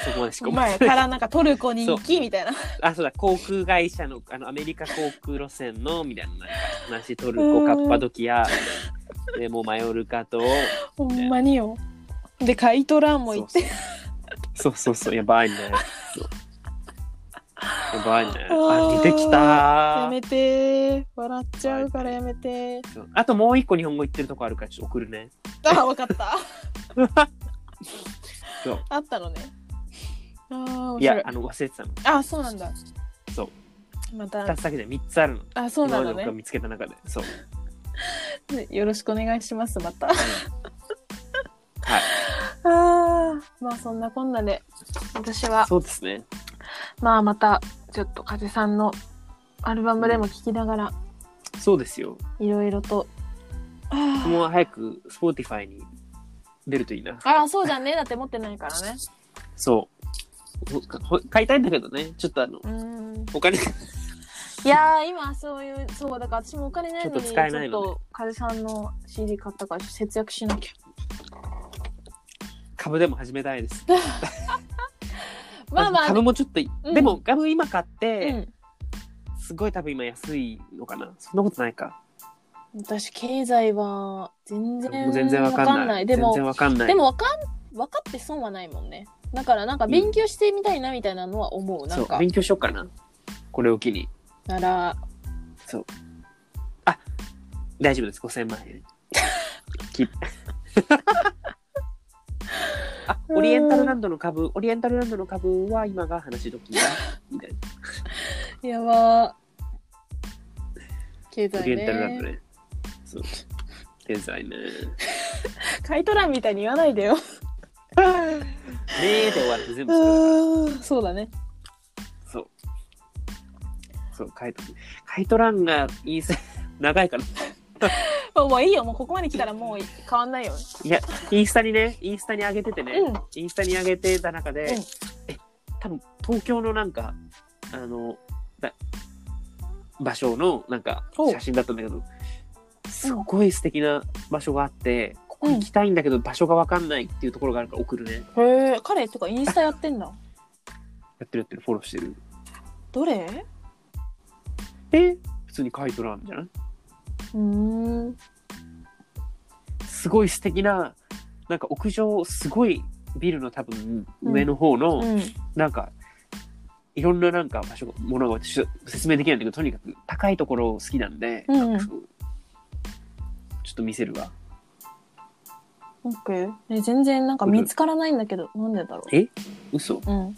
Speaker 2: そこまでしか
Speaker 1: お
Speaker 2: 思っ
Speaker 1: 前
Speaker 2: て
Speaker 1: か
Speaker 2: ない。
Speaker 1: らなんかトルコに行きみたいな。
Speaker 2: あ、そうだ、航空会社の、あの、アメリカ航空路線の、みたいな、なんか話、トルコ、カッパドキア、で、もうマヨルカと、
Speaker 1: ほんまによ。で、カイトラーンも行って。
Speaker 2: そうそうそうそうそう、やばいね。そうやばいね。あ、
Speaker 1: あー
Speaker 2: 似てき
Speaker 1: や
Speaker 2: た
Speaker 1: めて。笑っちゃうからやめて。
Speaker 2: そうあともう一個日本語言ってるとこあるから、ちょっと送るね。
Speaker 1: あ、わかった。
Speaker 2: そう
Speaker 1: あったのね。ああ、面
Speaker 2: いや
Speaker 1: 白い、。
Speaker 2: あの、忘れてたの。
Speaker 1: あ、そうなんだ。
Speaker 2: そう。
Speaker 1: また
Speaker 2: 二。つだけで三つあるの。
Speaker 1: あ、そうな
Speaker 2: 今ま
Speaker 1: の
Speaker 2: で僕が
Speaker 1: ね。
Speaker 2: 見つけた中で。そう。
Speaker 1: よろしくお願いします。また。
Speaker 2: はい。
Speaker 1: ああ、まあそんなこんなで、私は、
Speaker 2: そうですね。
Speaker 1: まあまた、ちょっと風さんのアルバムでも聴きながら、
Speaker 2: そうですよ。
Speaker 1: いろいろと。あ
Speaker 2: もう早く Spotify に出るといいな。
Speaker 1: あー、そうじゃんね。だって持ってないから ね。
Speaker 2: そう。ほかほ買いたいんだけどね。ちょっとあの、
Speaker 1: うーん。
Speaker 2: お金。
Speaker 1: いやー、今そういう、そう、だから私もお金ないのに、ちょ
Speaker 2: ちょっと
Speaker 1: っ
Speaker 2: 使えないのね
Speaker 1: と風さんの CD 買ったから節約しなきゃ。
Speaker 2: 株でも始めたいです。
Speaker 1: まあまあ、
Speaker 2: 株もちょっと、
Speaker 1: うん
Speaker 2: でも株今買っ
Speaker 1: う
Speaker 2: て、
Speaker 1: ん。
Speaker 2: すごい多分今安いのかな。そんなことないか。
Speaker 1: 私、経済は全
Speaker 2: も
Speaker 1: 然
Speaker 2: う全然わかんない。
Speaker 1: で
Speaker 2: 全然
Speaker 1: も、
Speaker 2: わかんない。
Speaker 1: でもわかん、分かって損はないもんね。だからなんか勉強してみたいなみたいなのは思う。な
Speaker 2: そ
Speaker 1: ん
Speaker 2: う
Speaker 1: か、
Speaker 2: 勉強しようかな。これを機に。
Speaker 1: なら、
Speaker 2: 大丈夫です。5000万 円。き あ、オリエンタルランドの株、オリエンタルランドの株は今が話し時だ。みたいな。
Speaker 1: やば経
Speaker 2: オ
Speaker 1: 済
Speaker 2: リエンタルランド
Speaker 1: ね。
Speaker 2: ね。そう。経済ね。ね
Speaker 1: 買い取らんみたいに言わないでよ。
Speaker 2: えで終わると全部それだから
Speaker 1: そうだね。
Speaker 2: そう。そう、カイト。カイトランがいいせ、長いから。
Speaker 1: もうもういいよ。もうここまで来たらもう変わんないよ。
Speaker 2: いや、インスタにね、インスタに上げててね、
Speaker 1: うん
Speaker 2: インスタに上げてた中で、
Speaker 1: うん
Speaker 2: え、多分東京のなんか、あの、だ場所のなんか
Speaker 1: お
Speaker 2: 写真だったんだけど、すっごい素敵な場所があって、ここ
Speaker 1: うん
Speaker 2: 行きたいんだけど場所がわかんないっていうところがあるから送るね。
Speaker 1: へえ、彼とかインスタやってんだ。
Speaker 2: やってるやってる、フォローしてる。
Speaker 1: どれ
Speaker 2: え普通にカイトランじゃないう
Speaker 1: ーん。
Speaker 2: すごい素敵な、なんか屋上、すごいビルの多分上の方の、
Speaker 1: うん。
Speaker 2: なんか、いろんななんか場所、ものが私説明できないんだけど、とにかく高いところ好きなんで、
Speaker 1: うんうん
Speaker 2: ちょっと見せるわ。
Speaker 1: オッケー。ね、全然なんか見つからないんだけど、なんでだろ
Speaker 2: 嘘
Speaker 1: う。うん。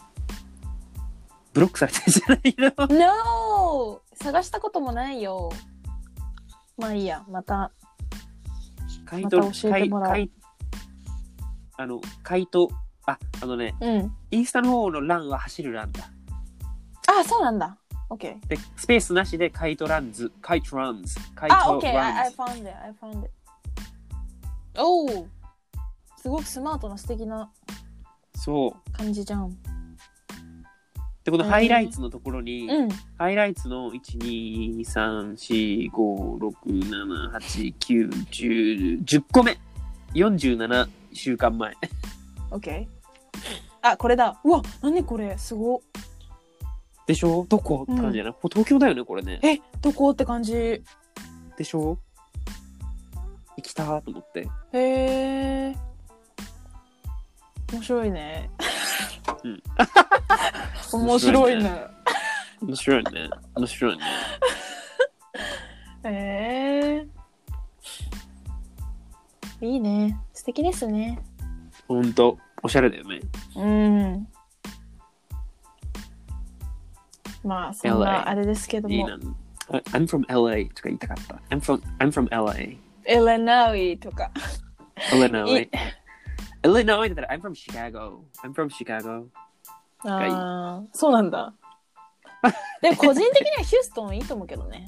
Speaker 2: ブロックされてんじゃ ない
Speaker 1: No! 探したこともないよ。まあいいや、また。
Speaker 2: の回
Speaker 1: また教えてもらおう
Speaker 2: あの、回答、あ、あのね、
Speaker 1: うん。
Speaker 2: インスタの方の欄は走る欄だ。
Speaker 1: あ、そうなんだ。オッケー。
Speaker 2: で、スペースなしでカイトランズ、カイトランズ、カイ
Speaker 1: あ、
Speaker 2: ト
Speaker 1: OK。I,
Speaker 2: ラ
Speaker 1: I
Speaker 2: ンズ。
Speaker 1: found it. I found it. おお。すごくスマートな素敵な
Speaker 2: そう。
Speaker 1: 感じじゃん。
Speaker 2: で、このハイライツのところに、
Speaker 1: うん。
Speaker 2: ハイライツの1、2、3、4、5、6、7、8、9、10、10個目。47週間前。
Speaker 1: オッケー。あ、これだ。うわ、何これ、すごっ。
Speaker 2: でしょどこって感じじゃない、これ東京だよね、これね。
Speaker 1: え、どこって感じ。へ
Speaker 2: でしょ行きたーと思って。
Speaker 1: え。面白いね。
Speaker 2: うん。
Speaker 1: 面白いね。
Speaker 2: 面白いね。面白いね。
Speaker 1: へえ。いいね。素敵ですね。
Speaker 2: ほんと、おしゃれだよね。
Speaker 1: うん。まあ、そん
Speaker 2: LA
Speaker 1: なあれですけども。
Speaker 2: いいな。あ I'm from LA とか言いたかった。I'm from, I'm from LA.
Speaker 1: エレナウイとか。
Speaker 2: Illinois. Illinois だったら I'm from Chicago. I'm from Chicago. いい
Speaker 1: ああ、そうなんだ。 でも個人的にはヒューストンいいと思うけどね。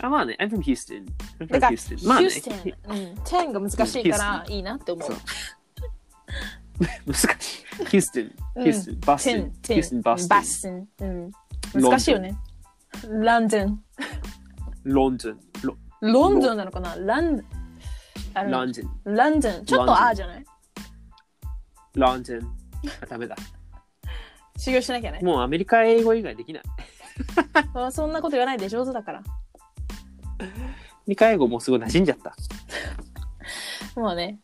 Speaker 2: あ、まあね。I'm from Houston.
Speaker 1: だ
Speaker 2: I'm from
Speaker 1: から、
Speaker 2: Houston. まあ
Speaker 1: ヒ
Speaker 2: ね
Speaker 1: ュー。ストン、うん、チェーンが難しいからいいなって思う。
Speaker 2: そう難しい。Houston,
Speaker 1: うん
Speaker 2: Houston,
Speaker 1: チェー
Speaker 2: Boston,
Speaker 1: ン、チェー
Speaker 2: Houston,
Speaker 1: ン、バ
Speaker 2: Boston,
Speaker 1: ッシン。うん、難しいよね。ランドン。
Speaker 2: London, Lo-
Speaker 1: ロンドンなのかなラン、あの
Speaker 2: London,
Speaker 1: ランドン。ちょっとあーじゃない
Speaker 2: London. あ、ダメだ。
Speaker 1: 修行しなきゃね。
Speaker 2: もうアメリカ英語以外できない。ア
Speaker 1: あそんなこと言わないで上手だから。
Speaker 2: メリカ英語もうすごい馴染んじゃった。
Speaker 1: もうね、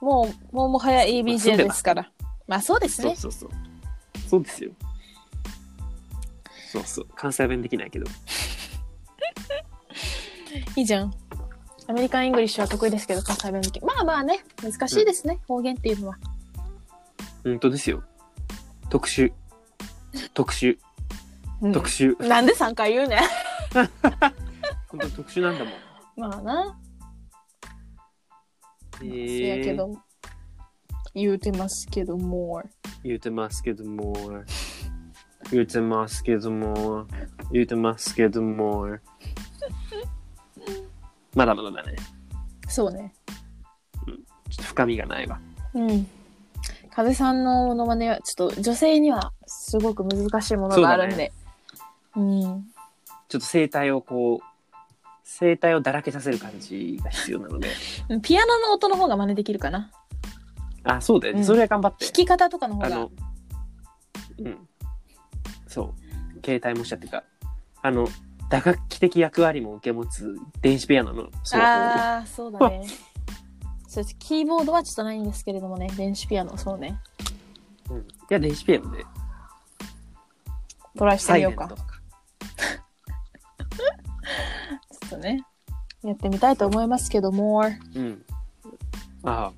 Speaker 1: もう、もうもはや EBJ ですから。まあそうです
Speaker 2: そう
Speaker 1: ね。
Speaker 2: そうそう。そうですよ。そうそう。関西弁できないけど。
Speaker 1: いいじゃん。アメリカン・イングリッシュは得意ですけど、関西弁向き。まあまあね、難しいですね、方言っていうのは。
Speaker 2: 本当ですよ。特殊。特殊。特殊。
Speaker 1: なんで3回言うねん
Speaker 2: 本当に特殊なんだもん。
Speaker 1: まあな、せ
Speaker 2: え
Speaker 1: やけど、言うてますけど、も
Speaker 2: 言うてますけども。言うてますけども。言うてますけども。まだまだだね。
Speaker 1: そうね。
Speaker 2: ちょっと深みがないわ。
Speaker 1: うん。風さんのものまねは、ちょっと女性にはすごく難しいものがあるんで。う
Speaker 2: ちょっと声帯をこう、声帯をだらけさせる感じが必要なの で。
Speaker 1: ん。ピアノの音の方が真似できるかな。
Speaker 2: あ、そうだよね。
Speaker 1: うん
Speaker 2: それは頑張って。
Speaker 1: 弾き方とかの方
Speaker 2: あ
Speaker 1: が
Speaker 2: の。、うん。そう。携帯模写っていうか、あの、打楽器的役割も受け持つ電子ピアノの奏法。
Speaker 1: ああ、そうだね。そうですキーボードはちょっとないんですけれどもね、電子ピアノ、そうね。
Speaker 2: うん、いや、電子ピアノで。
Speaker 1: トライして
Speaker 2: サ
Speaker 1: み
Speaker 2: イレ
Speaker 1: よ
Speaker 2: ン
Speaker 1: う
Speaker 2: ト
Speaker 1: か。
Speaker 2: と
Speaker 1: ちょ
Speaker 2: か。
Speaker 1: っとね、やってみたいと思いますけども。
Speaker 2: うん。ああ。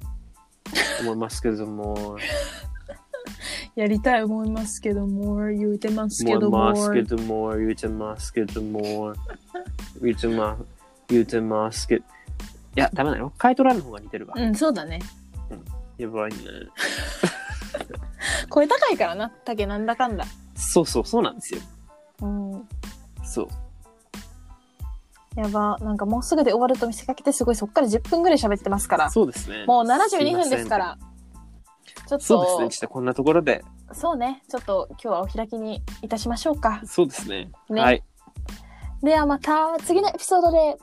Speaker 2: 思いますけども。
Speaker 1: やりたい思いますけども、言うてますけ
Speaker 2: 思い
Speaker 1: ども。
Speaker 2: ますけども。言うてますけども。言うてます。言うてますけど。いや、ダメだよ。買い取らんの方が似てるわ。
Speaker 1: うん、そうだね。
Speaker 2: やばいね。
Speaker 1: 声高いからな、竹なんだかんだ。
Speaker 2: そうそう、そうなんですよ。
Speaker 1: うん。
Speaker 2: そう。
Speaker 1: やば、なんかもうすぐで終わると見せかけて、すごいそっから10分ぐらい喋ってますから。
Speaker 2: そうですね。
Speaker 1: もう72
Speaker 2: すいませ
Speaker 1: 分
Speaker 2: ん
Speaker 1: ですから。ちょっと、
Speaker 2: そうですね。ちょっとこんなところで。
Speaker 1: そうね、ちょっと今日はお開きにいたしましょうか。
Speaker 2: そうですね。
Speaker 1: ね
Speaker 2: はい。
Speaker 1: ではまた次のエピソードで